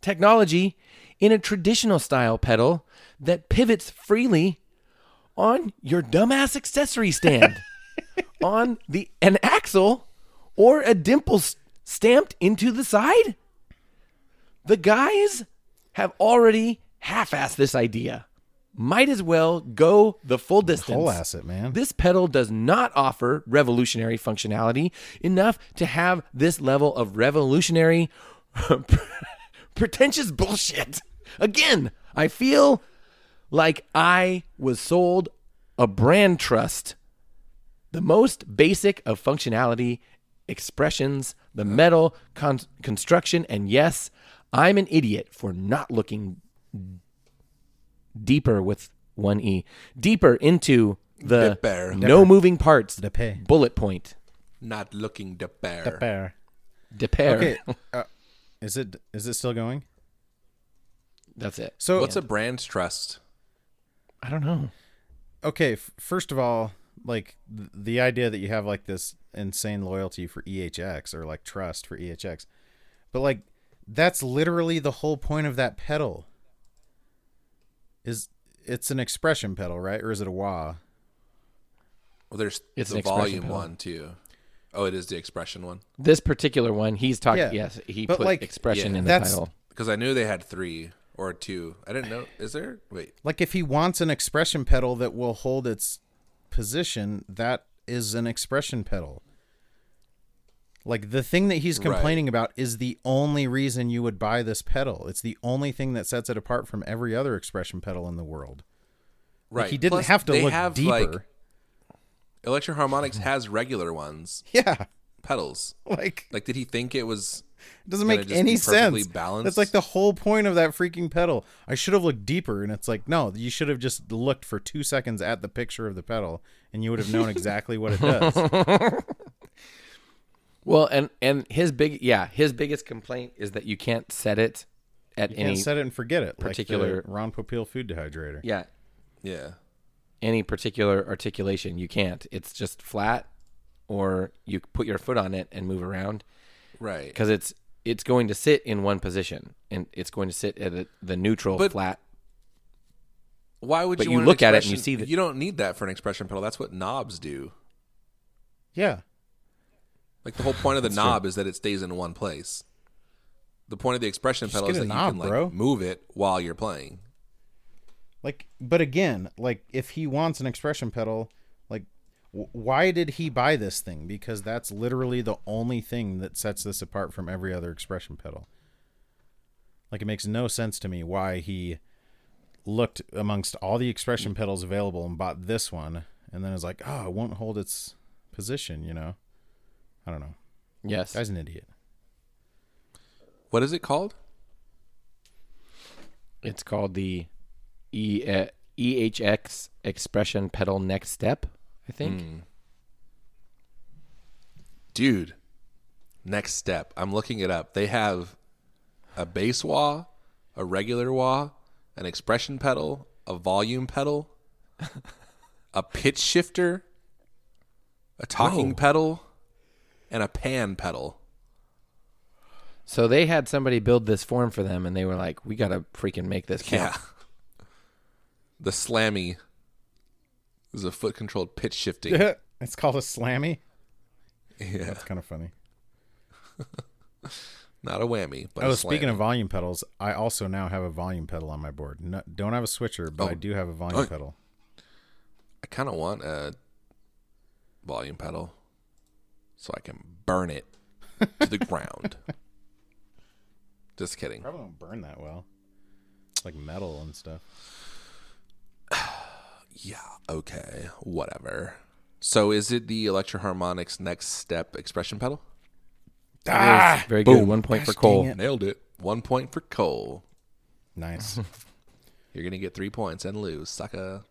S2: technology in a traditional style pedal that pivots freely on your dumbass accessory
S3: <laughs>
S2: stand, on the an axle or a dimple s- stamped into the side? The guys have already half-assed this idea. Might as well go the full distance.
S3: Whole ass it, man.
S2: This pedal does not offer revolutionary functionality enough to have this level of revolutionary, <laughs> pretentious bullshit. Again, I feel like I was sold a brand trust, the most basic of functionality, expressions, the metal con- construction, and yes, I'm an idiot for not looking deeper with one e deeper into the
S1: Dipper.
S2: no moving parts
S3: Dipper.
S2: bullet point
S1: Not looking to bear.
S3: Bear.
S2: depair <laughs>
S3: Okay. uh, is it is it still going?
S2: that's it
S3: So
S1: What's a brand trust?
S2: i don't know
S3: okay, f- first of all, like th- the idea that you have like this insane loyalty for EHX or like trust for EHX, but like that's literally the whole point of that pedal. Is it's an expression pedal, right? Or is it a wah?
S1: Well, there's
S2: It's
S1: the
S2: an expression
S1: volume
S2: pedal.
S1: one too. Oh, it is the expression one.
S2: this particular one he's talking
S3: Yeah.
S2: yes he
S3: But,
S2: put
S3: like,
S2: expression
S1: yeah,
S2: in the
S3: that's-
S2: title
S1: Because I knew they had three or two. I didn't know. Is there? Wait.
S3: Like if he wants an expression pedal that will hold its position, that is an expression pedal. Like the thing that he's
S1: Right.
S3: complaining about is the only reason you would buy this pedal. It's the only thing that sets it apart from every other expression pedal in the world. <laughs>
S1: Right.
S3: Like he didn't
S1: Plus,
S3: have to
S1: they
S3: look
S1: have,
S3: deeper.
S1: Like, Electro Harmonics has regular ones,
S3: yeah.
S1: pedals.
S3: Like
S1: Like, did he think it was?
S3: it doesn't
S1: Gonna
S3: make
S1: just
S3: any
S1: be perfectly
S3: sense.
S1: balanced?
S3: That's like the whole point of that freaking pedal. I should have looked deeper and it's like, no, you should have just looked for 2 seconds at the picture of the pedal and you would have known exactly what
S1: <laughs>
S3: it does.
S2: well and and his big yeah his biggest complaint is that you can't set it at any
S3: and set it and forget it.
S2: particular-
S3: like the Ron Popeil food dehydrator.
S2: yeah
S1: Yeah.
S2: any particular articulation. You can't. It's just flat, or you put your foot on it and move around
S1: Right.
S2: because it's it's going to sit in one position and it's going to sit at a, the neutral
S1: But-
S2: flat.
S1: Why would
S2: But
S1: you?
S2: you
S1: want an
S2: look at it and you
S1: expression-
S2: see that-
S1: you don't need that for an expression pedal. That's what knobs do.
S3: Yeah.
S1: Like the whole point of the knob is that it stays in one place. The point of the expression pedal
S3: get
S1: is
S3: a
S1: that
S3: knob,
S1: you can like
S3: bro.
S1: move it while you're playing.
S3: Like, but again, like if he wants an expression pedal, like w- why did he buy this thing? Because that's literally the only thing that sets this apart from every other expression pedal. Like it makes no sense to me why he looked amongst all the expression pedals available and bought this one and then is like, "Oh, it won't hold its position," you know. I don't know.
S2: Yes.
S3: Guy's an idiot.
S1: What is it called?
S2: It's called the e, uh, EHX expression pedal next step, I think.
S3: Hmm.
S1: Dude, next step. I'm looking it up. They have a bass wah, a regular wah, an expression pedal, a volume
S3: <laughs>
S1: pedal, a pitch shifter, a talking pedal, and a pan pedal.
S2: So they had somebody build this form for them and they were like, we got to freaking make this count.
S1: Yeah. The slammy is a foot controlled pitch shifting.
S3: <laughs> it's called a slammy.
S1: yeah.
S3: That's kind of funny.
S1: Not a whammy, but
S3: Oh,
S1: a
S3: speaking
S1: slammy.
S3: of volume pedals, I also now have a volume pedal on my board. No, don't have a switcher, but I do have a volume
S1: Oh.
S3: pedal.
S1: I kind of want a volume pedal so I can burn it to the
S3: <laughs>
S1: ground. Just kidding.
S3: Probably won't burn that well. It's like metal and stuff.
S1: Yeah, okay, whatever. So is it the Electro Harmonics next step expression pedal?
S2: Yes, Very good. One point for
S3: Ah! Gosh dang
S2: Cole.
S3: it.
S1: Nailed it. One point for Cole. <laughs>
S3: Nice.
S1: You're gonna get three points and lose, sucker.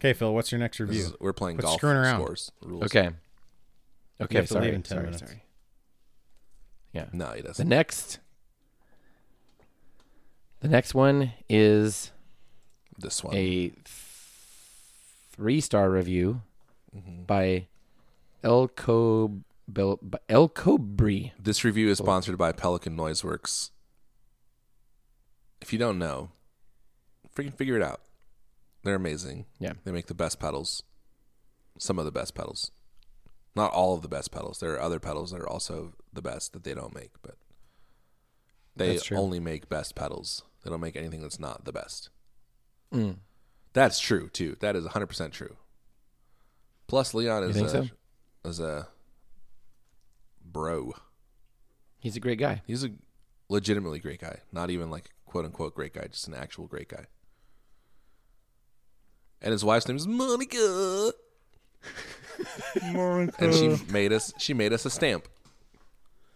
S3: okay, Phil, what's your next
S1: This
S3: review?
S1: is- We're playing
S3: Quit
S1: golf
S3: screwing around.
S1: scores rules.
S2: Okay. Okay.
S3: have to
S2: sorry.
S3: leave in 10
S2: sorry,
S3: minutes.
S2: sorry. Yeah.
S1: No, he doesn't.
S2: The next. The next one is
S1: This one.
S2: a th- three star review by El Cob El Cobri.
S1: This review is sponsored by Pelican Noise Works. If you don't know, freaking figure it out. They're amazing.
S2: Yeah.
S1: They make the best pedals. Some of the best pedals. Not all of the best pedals. There are other pedals that are also the best that they don't make, but they
S2: That's true.
S1: only make best pedals. They don't make anything that's not the best.
S2: Mm.
S1: That's true too. That is 100% true. Plus Leon is
S2: think
S1: a,
S2: so?
S1: is a bro.
S2: He's a great guy.
S1: He's a legitimately great guy. Not even like quote unquote great guy, just an actual great guy. And his wife's name is Monica. And she made us she made us a stamp.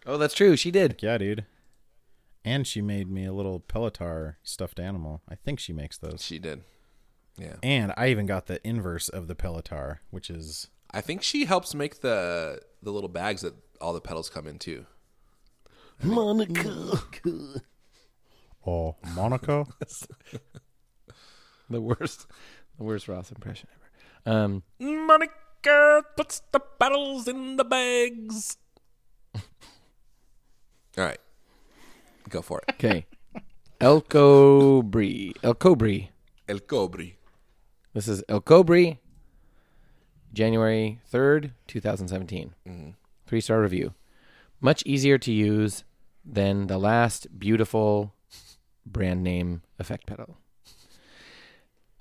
S2: Oh, that's true. She did.
S3: yeah, dude. And she made me a little Pelotar stuffed animal. I think she makes those.
S1: She did. Yeah.
S3: And I even got the inverse of the Pelotar, which is
S1: I think she helps make the the little bags that all the pedals come in too.
S2: Monica.
S3: oh
S1: <laughs>
S3: Monaco.
S2: The worst, the worst Ross impression ever. Um,
S1: Monica puts the pedals in the bags. <laughs> all right. Go for it.
S2: okay. <laughs> El Cobri. El Cobri.
S1: El Cobri.
S2: This is El Cobri, January 3rd, 2017. Three star review. Much easier to use than the last beautiful brand name effect pedal.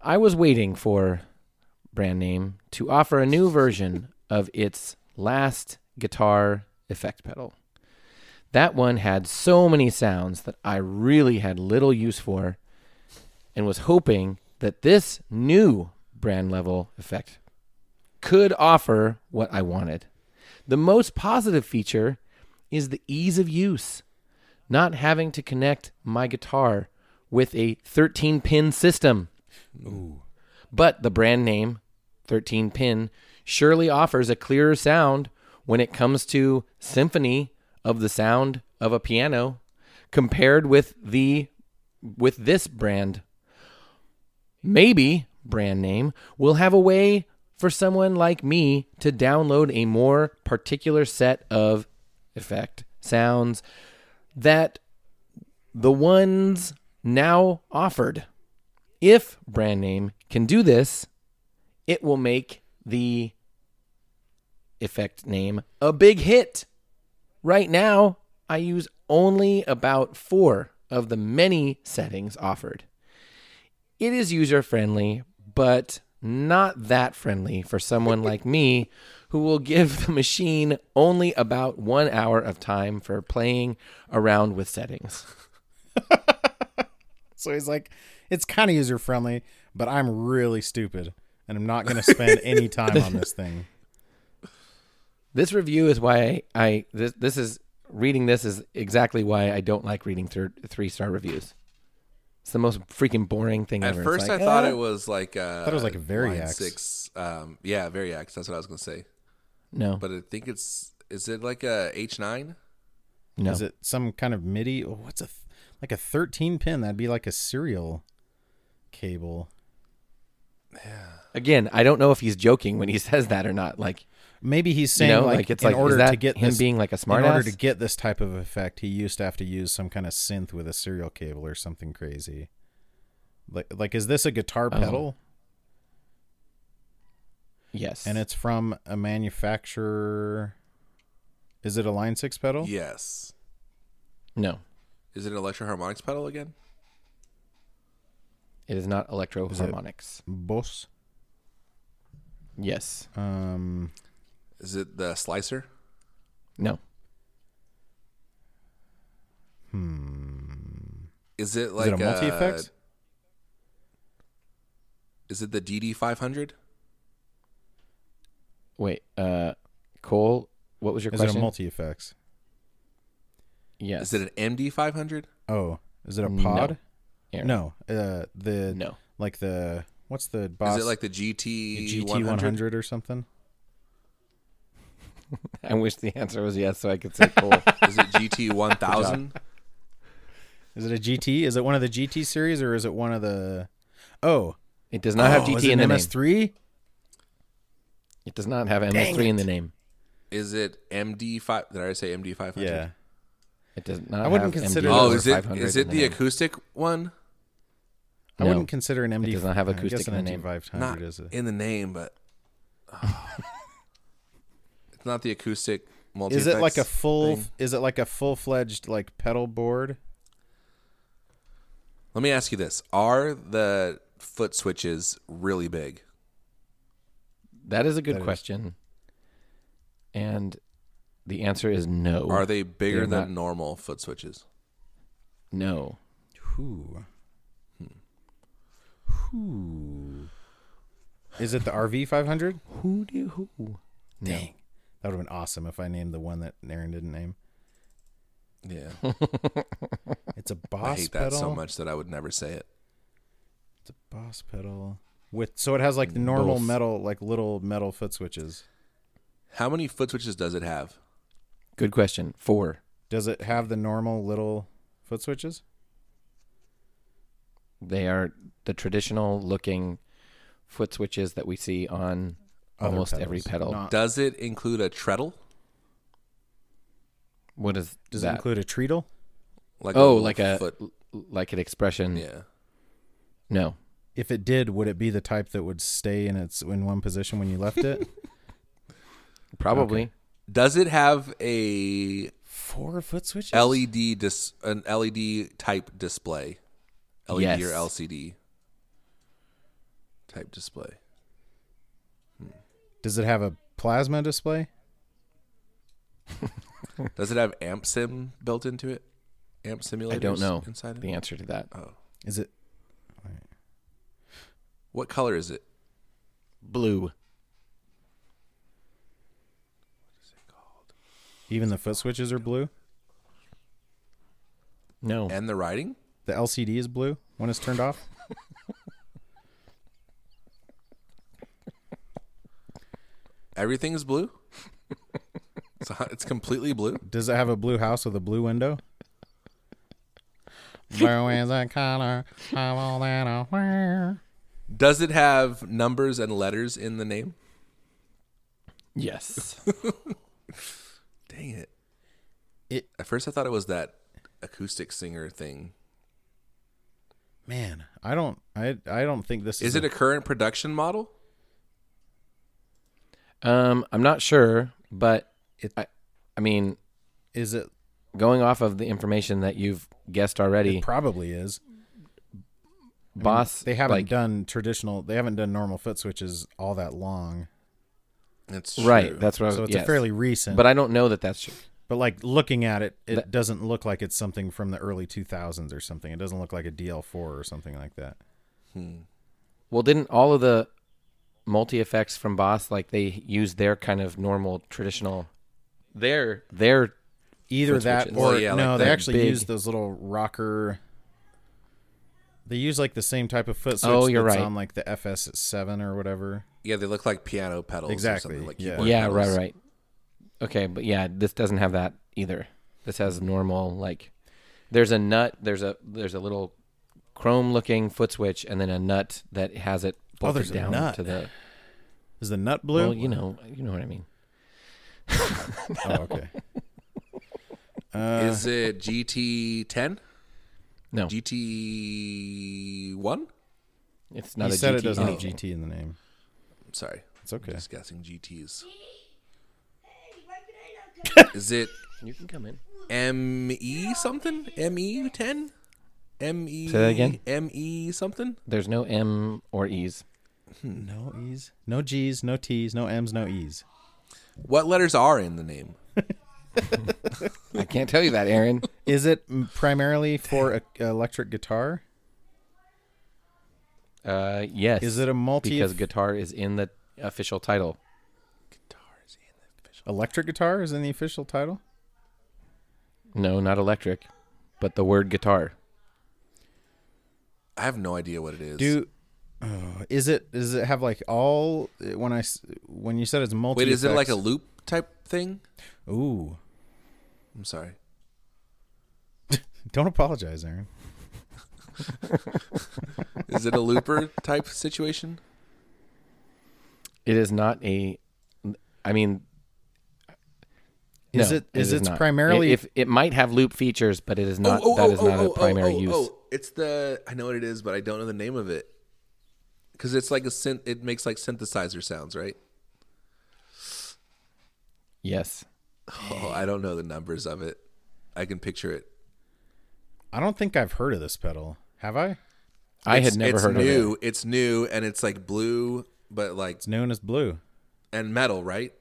S2: I was waiting for brand name to offer a new version of its last guitar effect pedal. That one had so many sounds that I really had little use for and was hoping that this new brand level effect could offer what I wanted. The most positive feature is the ease of use, not having to connect my guitar with a 13 pin system. But the brand name 13 pin surely offers a clearer sound when it comes to symphony of the sound of a piano compared with the with this brand maybe brand name, will have a way for someone like me to download a more particular set of effect sounds that the ones now offered. If brand name can do this, it will make the effect name a big hit. Right now, I use only about four of the many settings offered. It is user friendly, but not that friendly for someone like me who will give the machine only about one hour of time for playing around with settings.
S3: So he's like, it's kind of user friendly, but I'm really stupid and I'm not going to spend
S2: <laughs>
S3: any time on this thing.
S2: This review is why I, this, this is reading this is exactly why I don't like reading thir- three star reviews. It's the most freaking boring thing
S1: At
S2: ever. It's
S1: first,
S2: like,
S1: I thought
S2: "Ah."
S1: it was like uh
S3: it was like a Variax.
S1: six. Um, yeah, Variax. That's what I was gonna say.
S2: no,
S1: But I think it's is it like a H nine?
S2: no.
S3: Is it some kind of MIDI? Oh, what's a th- like a 13 pin? That'd be like a serial cable.
S2: Again, I don't know if he's joking when he <laughs> says that or not. Like,
S3: Maybe he's saying
S2: you know,
S3: like,
S2: like, it's
S3: in
S2: like
S3: order
S2: is that
S3: to get
S2: him
S3: this,
S2: being like a
S3: in
S2: smart
S3: order to get this type of effect, he used to have to use some kind of synth with a serial cable or something crazy. Like like is this a guitar
S2: Oh.
S3: pedal?
S2: yes,
S3: And it's from a manufacturer. Is it a Line Six pedal?
S1: Yes.
S2: no,
S1: Is it an electro harmonics pedal again?
S2: it is not electro harmonics.
S3: Boss.
S2: Yes,
S3: Um,
S1: Is it the slicer?
S2: no,
S1: Is it like uh,
S3: is it a multi effect?
S1: Is it the DD five hundred?
S2: wait, uh, Cole, what was your
S3: Is it
S2: question?
S3: a multi effects?
S2: yes,
S1: Is it an MD five hundred?
S3: Oh, is it a
S2: No.
S3: pod?
S2: Aaron.
S3: No. Uh, the
S2: No. <laughs>
S3: like the what's the boss?
S1: Is it like the
S3: the
S1: GT
S3: GT one hundred or something?
S2: I wish the answer was yes, so I could say Cole.
S1: Is it
S3: <laughs>
S1: GT one thousand?
S3: Is it a GT? Is it one of the GT series or is it one of the? Oh,
S2: it does not have
S3: oh, is
S2: GT
S3: it
S2: in the
S3: an
S2: name.
S3: MS3.
S2: It does not have MS3 in the name.
S1: Is it MD five? Did I already say MD five hundred?
S3: Yeah,
S2: It does not.
S3: I wouldn't
S2: have
S3: consider
S2: MD
S1: Oh,
S2: or
S1: is it
S2: 500
S1: is
S2: in
S1: it the
S2: name.
S1: acoustic one?
S3: I
S2: No.
S3: wouldn't consider an MD.
S2: does not have
S3: I guess
S2: acoustic
S3: an
S2: in the name.
S3: Five
S1: Not
S3: hundred is a,
S1: in the name, but oh. it's not the acoustic multi.
S3: Is it like a
S1: effects
S3: full?
S1: thing.
S3: Is it like a full fledged like pedal board?
S1: Let me ask you this: Are the foot switches really big?
S2: That is a good question. And the answer is no.
S1: Are they bigger
S2: They're
S1: than
S2: not.
S1: normal foot switches?
S2: no.
S3: Who? Hmm. Who? Is it the RV five hundred?
S2: Who do who? No.
S3: Dang. That would have been awesome if I named the one that Aaron didn't name.
S2: <laughs>
S1: Yeah,
S3: It's a
S1: I
S3: boss
S1: hate
S3: pedal.
S1: that so much that I would never say it.
S3: It's a boss pedal with so it has like the normal
S2: Both.
S3: metal, like little metal foot switches.
S1: How many foot switches does it have?
S2: Good question. Four.
S3: Does it have the normal little foot switches?
S2: They are the traditional looking foot switches that we see on
S3: Other
S2: almost every pedal.
S3: pedals, not-
S1: Does it include a treadle?
S2: what is
S3: Does
S2: that?
S3: it include a treadle?
S1: Like
S2: oh,
S1: little
S2: like a
S1: foot.
S2: like an expression.
S1: Yeah,
S2: No.
S3: If it did, would it be the type that would stay in its in one position when you
S2: <laughs>
S3: left it?
S2: Probably.
S1: does it have a
S3: Four foot switches.
S2: E
S1: LED E dis- an LED type display, LED or
S2: Yes.
S1: LCD type display.
S3: Does it have a plasma display?
S1: Does it have amp sim built into it? Amp simulator.
S2: I don't know
S1: inside. Of
S2: the
S1: it?
S2: answer to that.
S3: Is it
S1: What color is it?
S2: Blue.
S3: even the foot switches are blue?
S2: No.
S1: And the writing.
S3: The LCD is blue when it's turned off.
S1: Everything is
S2: <laughs>
S1: blue. it's, a hu- it's completely blue.
S3: Does it have a blue house with a blue window? blue is a color. I will let it wear.
S1: Does it have numbers and letters in the name?
S2: Yes.
S1: Dang it.
S3: It-
S1: At first I thought it was that acoustic singer thing.
S3: Man, I don't I I don't think this is,
S1: Is it a current production model?
S2: um, I'm not sure, but it, I, I mean,
S3: is it
S2: going off of the information that you've guessed already,
S3: probably is.
S2: boss.
S3: They haven't
S2: like,
S3: done traditional they haven't done normal foot switches all that long.
S1: It's
S2: right.
S1: true.
S2: That's what. I was,
S3: So it's
S2: Oh, yes.
S3: a fairly recent
S2: But I don't know that that's true.
S3: But like looking at it, it
S2: That-
S3: doesn't look like it's something from the early 2000s or something. It doesn't look like a DL4 or something like that.
S2: Well, didn't all of the multi effects from Boss like they use their kind of normal traditional their their
S3: Either
S2: Foot
S3: that
S2: switches.
S3: or
S1: Well, yeah,
S3: no,
S1: like
S3: they
S1: that
S3: actually
S2: big-
S3: use those little rocker. They use like the same type of foot switch
S2: Oh, you're
S3: that's
S2: right.
S3: on like the FS7 or whatever.
S1: Yeah, they look like piano pedals.
S3: Exactly,
S1: Or something, like
S3: yeah.
S1: keyboard
S2: yeah
S1: pedals.
S2: right right okay but yeah this doesn't have that either this has normal like there's a nut there's a there's a little chrome looking foot switch and then a nut that has it
S3: Oh,
S2: bolted
S3: there's a
S2: down
S3: nut.
S2: to the
S3: Is the nut blue?
S2: well you know you know what I mean
S3: Oh, okay.
S1: Is
S3: Uh-huh.
S1: it GT10?
S2: no
S1: GT1?
S2: it's
S3: he
S2: not a E.
S3: said
S2: GT
S3: it doesn't have
S2: anything.
S3: GT in the name.
S1: Sorry.
S3: It's okay.
S1: Just guessing GTs.
S4: Why could I not
S1: <laughs> Is it
S2: <laughs> you can come in
S1: ME something? E ME10? ME
S2: Say that again?
S1: ME E something?
S2: there's no M or E's
S3: No E's, no G's, no T's, no M's, no E's.
S1: What letters are in the name?
S2: I can't tell you that <laughs> Aaron
S3: Is it m- primarily for a, electric guitar?
S2: uh yes
S3: Is it a multi
S2: because guitar is in the official title
S1: Guitars in the official.
S3: Electric guitar is in the official title.
S2: no not electric but the word guitar
S1: I have no idea what it is.
S3: Do oh, is it does it have like all when I s- when you said it's multi?
S1: Wait, is it like a
S3: effects-
S1: loop type thing?
S3: ooh?
S1: I'm sorry.
S3: Don't apologize, Aaron.
S1: Is it a looper type situation?
S2: It is not a. I mean,
S3: Is
S2: no,
S3: it is, it's
S2: not.
S3: primarily
S2: It- if it might have loop features, but it is
S1: Oh,
S2: not. That is not a primary use.
S1: it's the I know what it is, but I don't know the name of it. Because it's like a synth. It makes like synthesizer sounds, right?
S2: Yes,
S1: Oh, I don't know the numbers of it. I can picture it.
S3: I don't think I've heard of this pedal. Have I?
S2: I
S1: It's-
S2: had never
S1: it's
S2: heard of it.
S1: new, It's new, and it's like blue, but like
S3: It's known as blue.
S1: and metal, right?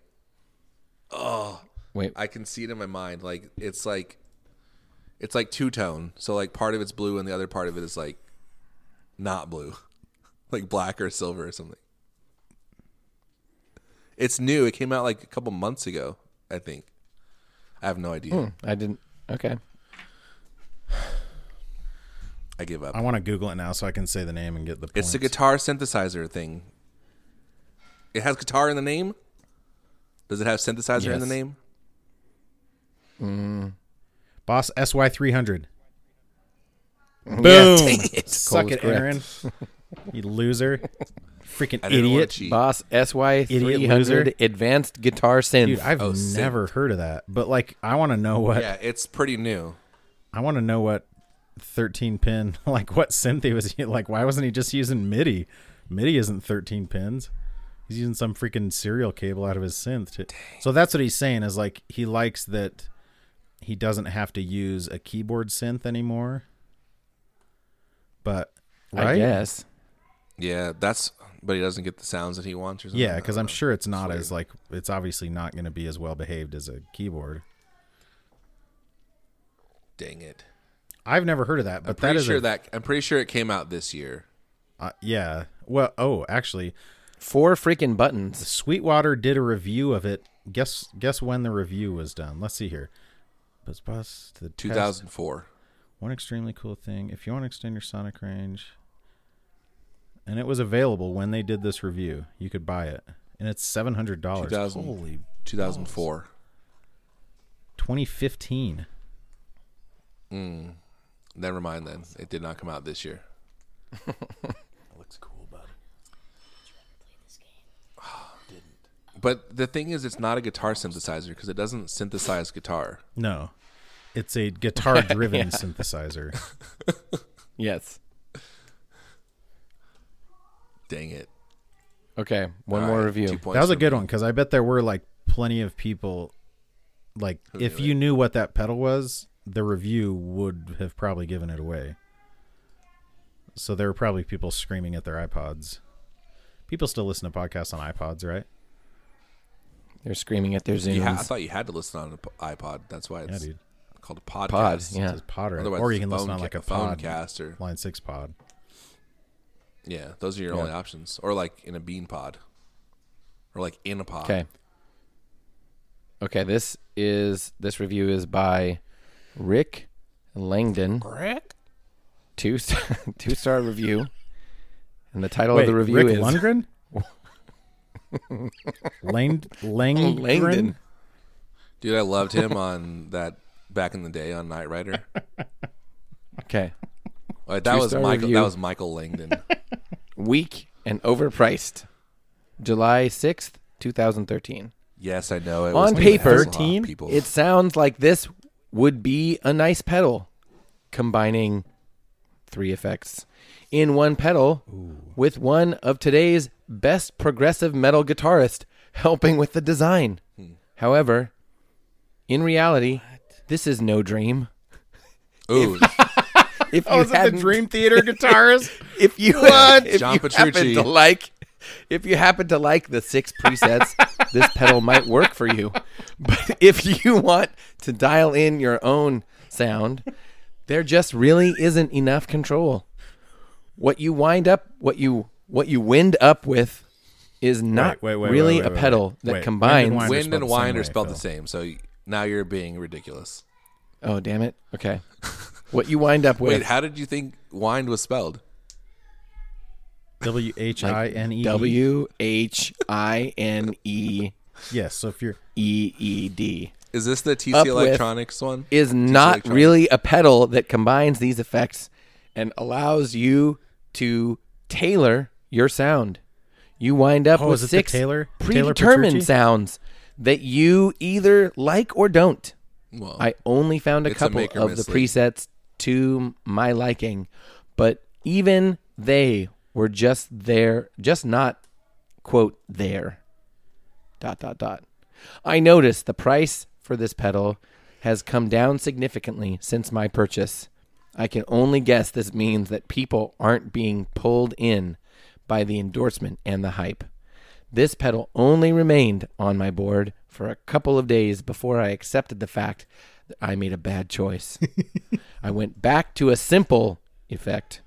S2: Wait,
S1: I can see it in my mind. Like it's like it's like two tone. So like part of it's blue and the other part of it is like not blue. <laughs> Like black or silver or something. It's new. It came out like a couple months ago, I think. I have no
S3: Hmm.
S1: idea.
S2: I didn't. Okay,
S1: I give up.
S3: I want to Google it now so I can say the name and get the. Points.
S1: it's a guitar synthesizer thing. It has guitar in the name? Does it have synthesizer in the
S2: Yes.
S3: <laughs>
S1: name?
S3: Boss SY three hundred. Boom! Suck
S2: Cole is
S3: it, Aaron. you loser. Freaking
S1: I didn't want
S3: idiot.
S1: to cheat.
S2: Boss SY three
S3: loser.
S2: hundred Advanced Guitar Synth.
S3: Dude, I've
S1: Oh, synth.
S3: never heard of that. But like, I want to know what
S1: Yeah, it's pretty new.
S3: I want to know what 13 pin, <laughs> like what synth he was like. Why wasn't he just using MIDI? MIDI isn't 13 pins. He's using some freaking serial cable out of his synth. To, so that's what he's saying is like he likes that he doesn't have to use a keyboard synth anymore. But
S2: I
S3: right,
S2: guess.
S1: Yeah, that's but he doesn't get the sounds that he wants or something.
S3: yeah, because I'm sure it's not
S1: Sweet.
S3: as like it's obviously not going to be as well behaved as a keyboard.
S1: Dang it.
S3: I've never heard of that, but
S1: I'm pretty
S3: that is
S1: sure
S3: a,
S1: that I'm pretty sure it came out this year.
S3: uh, yeah. Well, oh, actually,
S2: Four freaking buttons.
S3: Sweetwater did a review of it. Guess guess when the review was done. Let's see here. Buzz Buzz to the test.
S1: 2004.
S3: One extremely cool thing. If you want to extend your sonic range, and it was available when they did this review, you could buy it, and it's seven hundred dollars.
S1: 2000.
S3: Holy
S1: 2004.
S3: twenty fifteen. <laughs>
S1: Never mind then. It did not come out this year. <sighs> But the thing is, it's not a guitar synthesizer because it doesn't synthesize guitar.
S3: No, it's a guitar-driven synthesizer.
S2: Yes.
S1: Dang it!
S2: Okay. One
S1: All
S2: more
S1: right,
S2: review.
S1: two points
S3: That was a
S1: for
S3: good
S1: me.
S3: one because I bet there were like plenty of people. Like, if you knew what that pedal was, the review would have probably given it away. So there were probably people screaming at their iPods. People still listen to podcasts on iPods, right?
S2: They're screaming at their Zooms.
S1: You ha- I thought you had to listen on an iPod. That's why
S3: Yeah,
S1: it's
S3: dude.
S1: called a podcast.
S2: Pod.
S3: It
S2: Yeah.
S3: says pod, right?
S1: Otherwise,
S3: or
S1: it's
S3: you can listen
S1: phone
S3: on like
S1: ca-
S3: a pod,
S1: phonecast or
S3: line six pod.
S1: yeah. Those are your only options, or like in a bean pod, or like in a pod.
S2: Okay. Okay. This is this review is by Rick Langdon.
S1: Rick?
S2: Two <laughs> star, two star review. And the title of Oh, the review
S3: Rick
S2: is
S3: Lundgren? Lang- Langdon?
S2: Langdon.
S1: Dude, I loved him on <laughs> that back in the day on Knight
S2: <laughs>
S1: Rider.
S2: Okay.
S1: All right, that was
S2: Two-star
S1: Michael.
S2: review.
S1: That was Michael
S2: <laughs>
S1: Langdon.
S2: Weak and overpriced. July sixth, two thousand thirteen.
S1: yes, I know. It
S2: On
S1: was Kate
S2: paper,
S1: Hasselhoff,
S3: teen,
S1: people.
S2: It sounds like this would be a nice pedal, combining three effects in one pedal with one of today's best progressive metal guitarist helping with the design. However, in reality, this is no dream.
S1: Ooh,
S2: If
S3: Oh,
S2: you hadn't,
S3: Theater guitarist?
S2: if you <laughs> if
S1: John
S2: you happen
S1: Petrucci.
S2: to like, if you happen to like the six presets, this pedal might work for you. But <laughs> if you want to dial in your own sound, there just really isn't enough control. What you wind up, what you what you wind up with, is not
S3: wait, wait,
S2: really
S3: wait, wait,
S2: a
S3: wait,
S2: pedal
S3: wait.
S2: that
S3: Wait,
S2: combines.
S3: wind
S1: wind and
S3: spelled the same
S1: wine are
S3: way,
S1: spelled the
S3: Phil.
S1: same. So y- now you're being ridiculous.
S2: oh damn it! Okay, what you wind up
S1: Wait,
S2: with?
S1: how did you think wine was spelled?
S3: <laughs> W H I N E.
S2: W H I N E
S3: Yes. So if you're
S2: E E D.
S1: Is this the TC
S2: Up with-
S1: Electronics one?
S2: is
S1: like
S2: not
S1: trying-
S2: really a pedal that combines these effects and allows you to tailor your sound. You wind up
S3: Oh,
S2: with
S3: is it the
S2: six
S3: Taylor- Taylor
S2: predetermined
S3: Petrucci?
S2: sounds that you either like or don't.
S1: Well,
S2: I only found a
S1: It's a
S2: couple
S1: make or
S2: of
S1: miss
S2: the
S1: league.
S2: presets to my liking, but even they were just there, just not quote there. Dot dot dot. I noticed the price for this pedal has come down significantly since my purchase. I can only guess this means that people aren't being pulled in by the endorsement and the hype. This pedal only remained on my board for a couple of days before I accepted the fact that I made a bad choice. I went back to a simple effect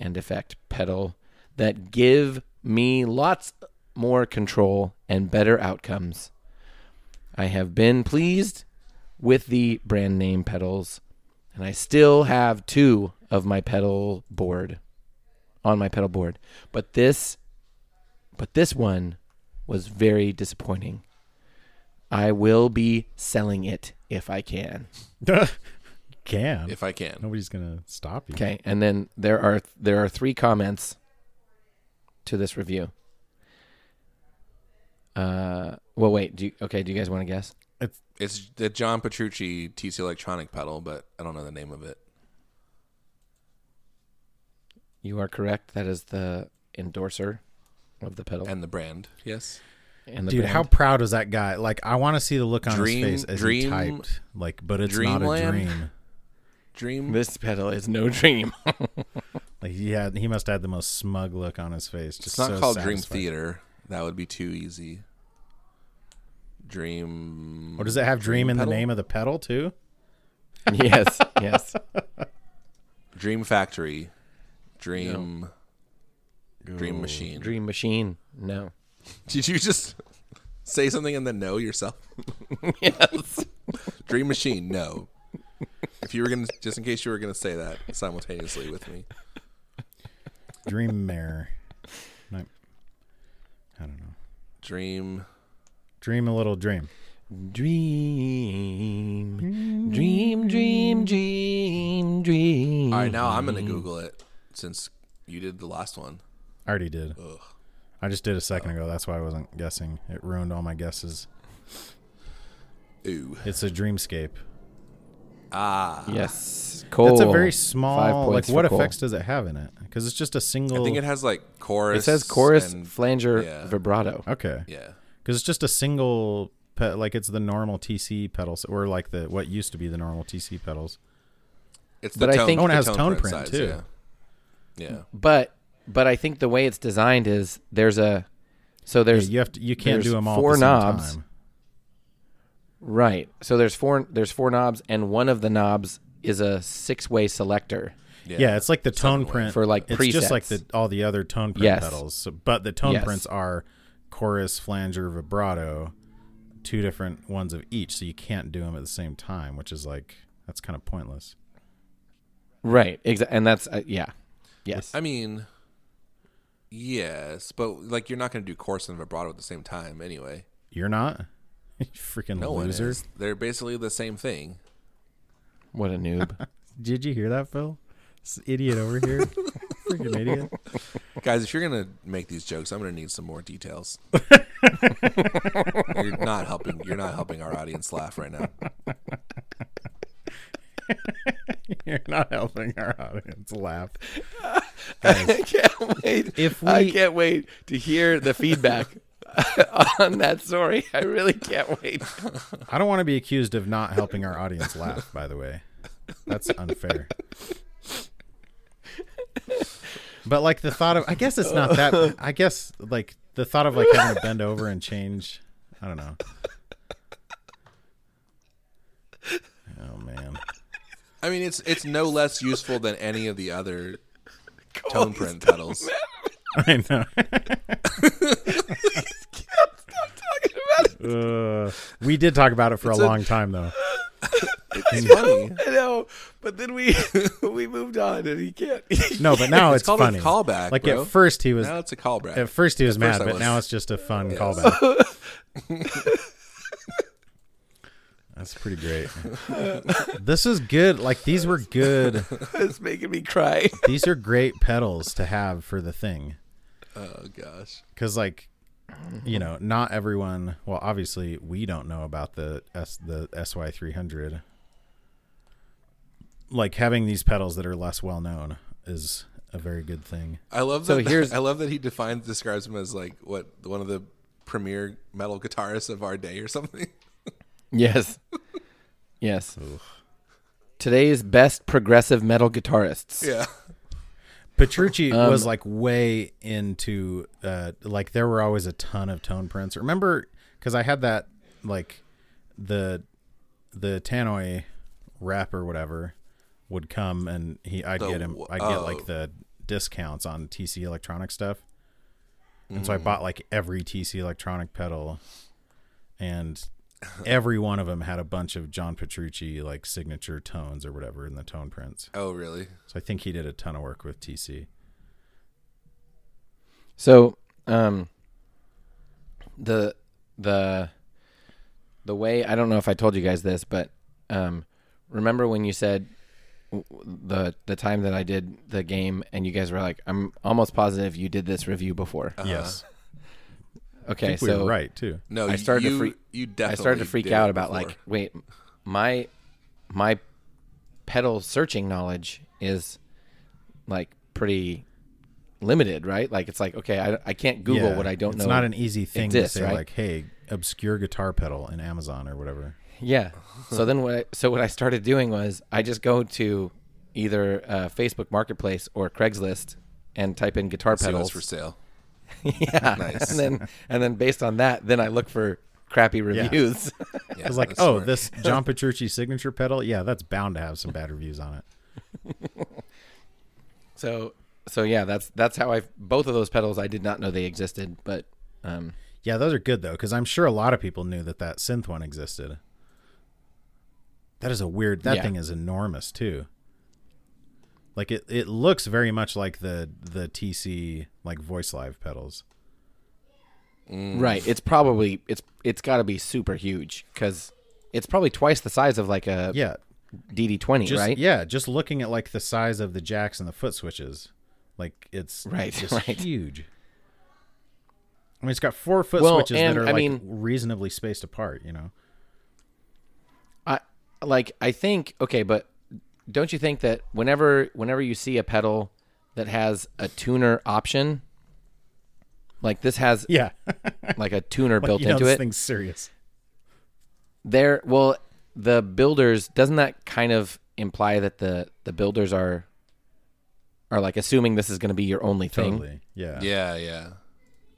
S2: and effect pedal that give me lots more control and better outcomes. I have been pleased with the brand name pedals, and I still have two of my pedal board on my pedal board. But this but this one was very disappointing. I will be selling it if I can.
S3: <laughs> can,
S1: if I can.
S3: nobody's gonna stop you.
S2: Okay, and then there are there are three comments to this review. Uh, well, wait. Do you, okay. Do you guys want to guess?
S3: It's
S1: It's the John Petrucci TC Electronic pedal, but I don't know the name of it.
S2: You are correct. That is the endorser of the pedal and,
S1: And the brand, yes.
S2: the
S3: dude,
S2: brand.
S3: how proud was that guy? Like, I want to see the look on
S1: Dream-
S3: his face as he
S1: dream-
S3: typed. Like, but it's not a
S1: Dreamland?
S3: dream.
S1: Dream.
S2: <laughs> this pedal is no dream.
S3: Like he had, he must have had the most smug look on his face. Just
S1: it's not
S3: so
S1: called
S3: satisfied.
S1: Dream Theater. That would be too easy. Dream.
S3: Or does it have dream,
S1: Dream
S3: in
S1: pedal?
S3: the name of the pedal too?
S2: <laughs> yes. Yes.
S1: Dream Factory. Dream. Dream Machine.
S2: Dream machine. No.
S1: <laughs> Did you just <laughs> say something and then no
S2: <laughs>
S1: yourself?
S2: Yes.
S1: Dream Machine, no. If you were gonna, just in case you were gonna say that simultaneously with me,
S3: Dream <laughs> mare. I don't know.
S1: Dream
S3: Dream a little dream.
S2: Dream. Dream. Dream. Dream. Dream. Mm-hmm.
S1: All right, now I'm gonna Google it since you did the last one.
S3: I already did. I just did a second ago. That's why I wasn't guessing. It ruined all my guesses.
S1: Ooh.
S3: It's a dreamscape.
S1: Ah.
S2: Yes, Cole.
S3: That's a very small. Like,
S2: Oh, points
S3: what
S2: for Cole.
S3: effects does it have in it? Because it's just a single.
S1: I think it has like chorus.
S2: It says chorus,
S1: and-
S2: flanger,
S1: yeah.
S2: vibrato.
S3: okay.
S1: yeah.
S3: Because it's just a single. Pe- like it's the normal TC pedals, or like the what used to be the normal TC pedals.
S1: It's
S2: But I think- Oh,
S3: and it
S1: the
S3: has tone print, too.
S1: Yeah. yeah.
S2: But but I think the way it's designed is there's a so
S3: Yeah,
S2: there's
S3: you have to. You can't
S2: there's
S3: do them all.
S2: four
S3: at the same
S2: knobs.
S3: time.
S2: right. So there's four there's four knobs and one of the knobs is a six way selector.
S1: Yeah.
S3: Yeah. it's like the tone
S1: like-
S3: print
S2: For, like,
S3: it's just like the
S2: presets.
S3: all the other tone print
S2: Yes.
S3: pedals. So, but the tone
S2: Yes.
S3: prints are chorus, flanger, vibrato, two different ones of each, so you can't do them at the same time, which is like that's kind of pointless.
S2: Right. Exactly. And that's uh, yeah. Yes.
S1: I mean, yes, but like you're not going to do chorus and vibrato at the same time anyway.
S3: You're not <laughs> you freaking
S1: No one
S3: loser.
S1: is. They're basically the same thing.
S2: What a noob.
S3: Did you hear that, Phil? This idiot over <laughs> here, freaking idiot.
S1: Guys, if you're going to make these jokes, I'm going to need some more details. you're not helping. You're not helping our audience laugh right now.
S3: <laughs> You're not helping our audience laugh.
S2: <laughs> I can't wait.
S3: If
S2: I
S3: we-
S2: can't wait to hear the feedback <laughs> on that story. I really can't wait.
S3: I don't want to be accused of not helping our audience laugh. By the way, that's unfair. But like the thought of, I guess it's not that. I guess like the thought of like having to bend over and change. I don't know. Oh man,
S1: I mean, it's it's no less useful than any of the other tone print pedals.
S3: <laughs> I know.
S2: Stop talking about it.
S3: Uh, we did talk about it for a long
S1: <laughs>
S3: time though.
S1: It's funny.
S2: I know, but then we <laughs> we moved on and he can't. <laughs>
S3: No, but now
S1: It's
S3: it's,
S1: called a
S3: funny.
S1: callback,
S3: Like
S1: bro.
S3: at first he was.
S1: Now it's a callback.
S3: At first he was
S1: first
S3: mad,
S1: I
S3: but
S1: was.
S3: now it's just a fun callback.
S1: <laughs>
S3: That's pretty great. this is good. Like these were good.
S2: it's making me cry.
S3: These are great pedals to have for the thing.
S1: oh gosh.
S3: Cause like, you know, not everyone. Well, obviously we don't know about the S the SY three hundred. Like having these pedals that are less well known is a very good thing.
S1: I love
S2: So
S1: that. <laughs>
S2: here's-
S1: I love that he defines describes him as like what one of the premier metal guitarists of our day or something. <laughs>
S2: <laughs> Yes. Yes. Today's best progressive metal guitarists.
S1: Yeah, <laughs>
S3: Petrucci
S1: Um,
S3: was like way into uh like there were always a ton of tone prints. Remember cuz I had that like the the Tannoy rep or whatever would come and he I'd
S1: The
S3: get him
S1: wh-
S3: I'd get
S1: oh.
S3: like the discounts on TC electronic stuff. And
S1: Mm.
S3: so I bought like every TC electronic pedal and every one of them had a bunch of John Petrucci like signature tones or whatever in the tone prints.
S1: Oh, really?
S3: So I think he did a ton of work with TC.
S2: So, um, the the the way I don't know if I told you guys this, but um, remember when you said w- w- the the time that I did the game and you guys were like, I'm almost positive you did this review before.
S3: Yes.
S2: Okay,
S3: I think we
S2: so
S3: were right too.
S1: Uh-huh. No,
S2: I started to
S1: you,
S2: freak-
S1: You definitely.
S2: I started to freak
S1: did
S2: out
S1: it
S2: about
S1: before.
S2: like, wait, my my pedal searching knowledge is like pretty limited, right? Like it's like okay, I, I can't Google
S3: Yeah.
S2: what I don't
S3: it's
S2: know.
S3: It's not an easy thing
S2: exists,
S3: to say
S2: right?
S3: like, "Hey, obscure guitar pedal in Amazon or
S1: <laughs>
S3: whatever."
S2: Yeah. So then what? I, so what I started doing was I just go to either uh, Facebook Marketplace or Craigslist and type in guitar
S1: See what's
S2: pedals.
S1: for sale.
S2: <laughs> yeah.
S1: <laughs> Nice.
S2: And then and then based on that, then I look for crappy reviews. <laughs>
S1: Yeah,
S3: It was like,
S1: that's
S3: "Oh,
S1: smart. <laughs>
S3: this John Petrucci signature pedal, yeah, that's bound to have some bad reviews on it."
S2: so so yeah, that's that's how I both of those pedals I did not know they existed, but um
S3: Yeah, those are good though, because I'm sure a lot of people knew that that synth one existed. That is a weird. That
S2: Yeah.
S3: thing is enormous too. Like it, it looks very much like the the TC like voice live pedals.
S1: Mm.
S2: right, it's probably it's it's got to be super huge cuz it's probably twice the size of like a
S3: Yeah,
S2: DD20,
S3: just
S2: right?
S3: yeah just looking at like the size of the jacks and the foot switches like it's
S2: Right, <laughs>
S3: just
S2: right.
S3: huge I mean, it's got four foot
S2: Well,
S3: switches
S2: and,
S3: that are
S2: I
S3: like
S2: mean-
S3: reasonably spaced apart.
S2: <laughs>
S3: You know,
S2: I like I think okay, but don't you think that whenever whenever you see a pedal that has a tuner option, like this has <laughs>
S3: <laughs> yeah,
S2: like a tuner built
S3: you know,
S2: into
S3: this
S2: it,
S3: thing's serious.
S2: there well the builders doesn't that kind of imply that the the builders are are like assuming this is going to be your only thing?
S3: Totally, yeah.
S1: Yeah, yeah.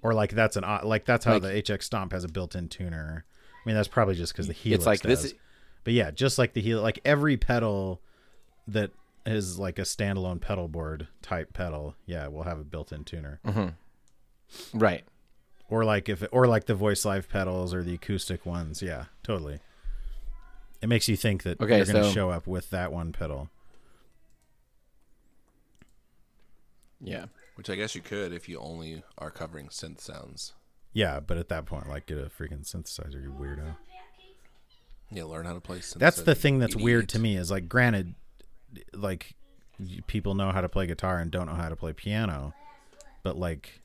S3: Or like that's an o- like that's how the HX Stomp has a built-in tuner. I mean, that's probably just because the Helix
S2: It's like
S3: does.
S2: this is-
S3: But yeah, just like the Helix, like every pedal that is like a standalone pedal board type pedal, yeah, will have a built-in tuner.
S2: right.
S3: Or like if or like the Voice Live pedals or the acoustic ones, yeah, totally. It makes you think that
S2: Okay,
S3: you're going to
S2: so-
S3: show up with that one pedal.
S2: Yeah.
S1: Which I guess you could if you only are covering synth sounds.
S3: Yeah, but at that point, like, get a freaking synthesizer, you weirdo.
S1: Yeah, learn how to play synth.
S3: That's the thing that's weird to me is like, granted, like, y- people know how to play guitar and don't know how to play piano, but like,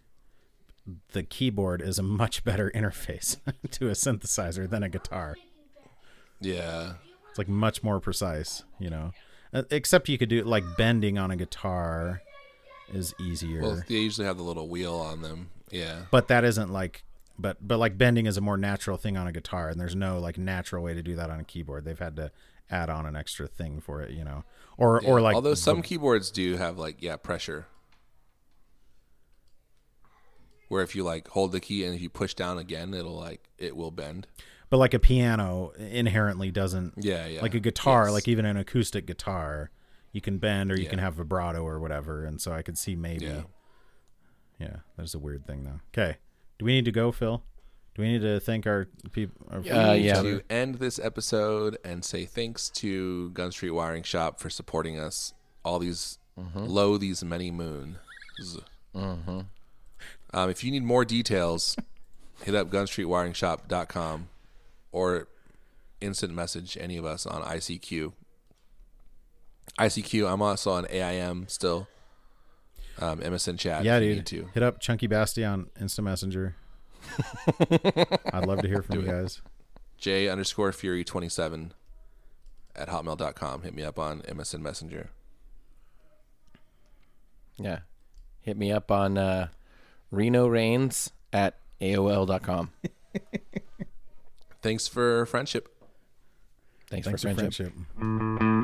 S3: the keyboard is a much better <laughs> interface to a synthesizer than a guitar.
S1: Yeah.
S3: It's like much more precise, you know. Uh, Except you could do like bending on a guitar is easier.
S1: Well, they usually have the little wheel on them. Yeah.
S3: but that isn't like but but like bending is a more natural thing on a guitar and there's no like natural way to do that on a keyboard they've had to add on an extra thing for it you know or or like
S1: Although some keyboards do have like yeah pressure, where if you like hold the key and if you push down again, it'll like it will bend.
S3: but like a piano inherently doesn't
S1: Yeah, yeah.
S3: like a guitar
S1: Yes.
S3: like even an acoustic guitar you can bend or you can have vibrato or whatever and so i could see maybe yeah,
S1: Yeah.
S3: there's a weird thing though okay do we need to go phil do we need to thank our people our
S2: Uh,
S3: each
S2: yeah.
S3: other?
S1: To end this episode and say thanks to Gun Street Wiring Shop for supporting us all these low these many moons. Um, if you need more details, <laughs> hit up gunstreetwiringshop.com or instant message any of us on ICQ. ICQ, I'm also on AIM still. Um, MSN chat.
S3: yeah
S1: if you
S3: dude
S1: need to.
S3: hit up chunky basti on insta messenger i'd love to hear from you guys
S1: J underscore Fury twenty seven at hotmail.com. Hit me up on MSN Messenger.
S2: Yeah. Hit me up on uh, Reno Rains at <laughs> AOL.com.
S1: Thanks for friendship.
S2: Thanks,
S3: Thanks
S2: for friendship.
S3: friendship.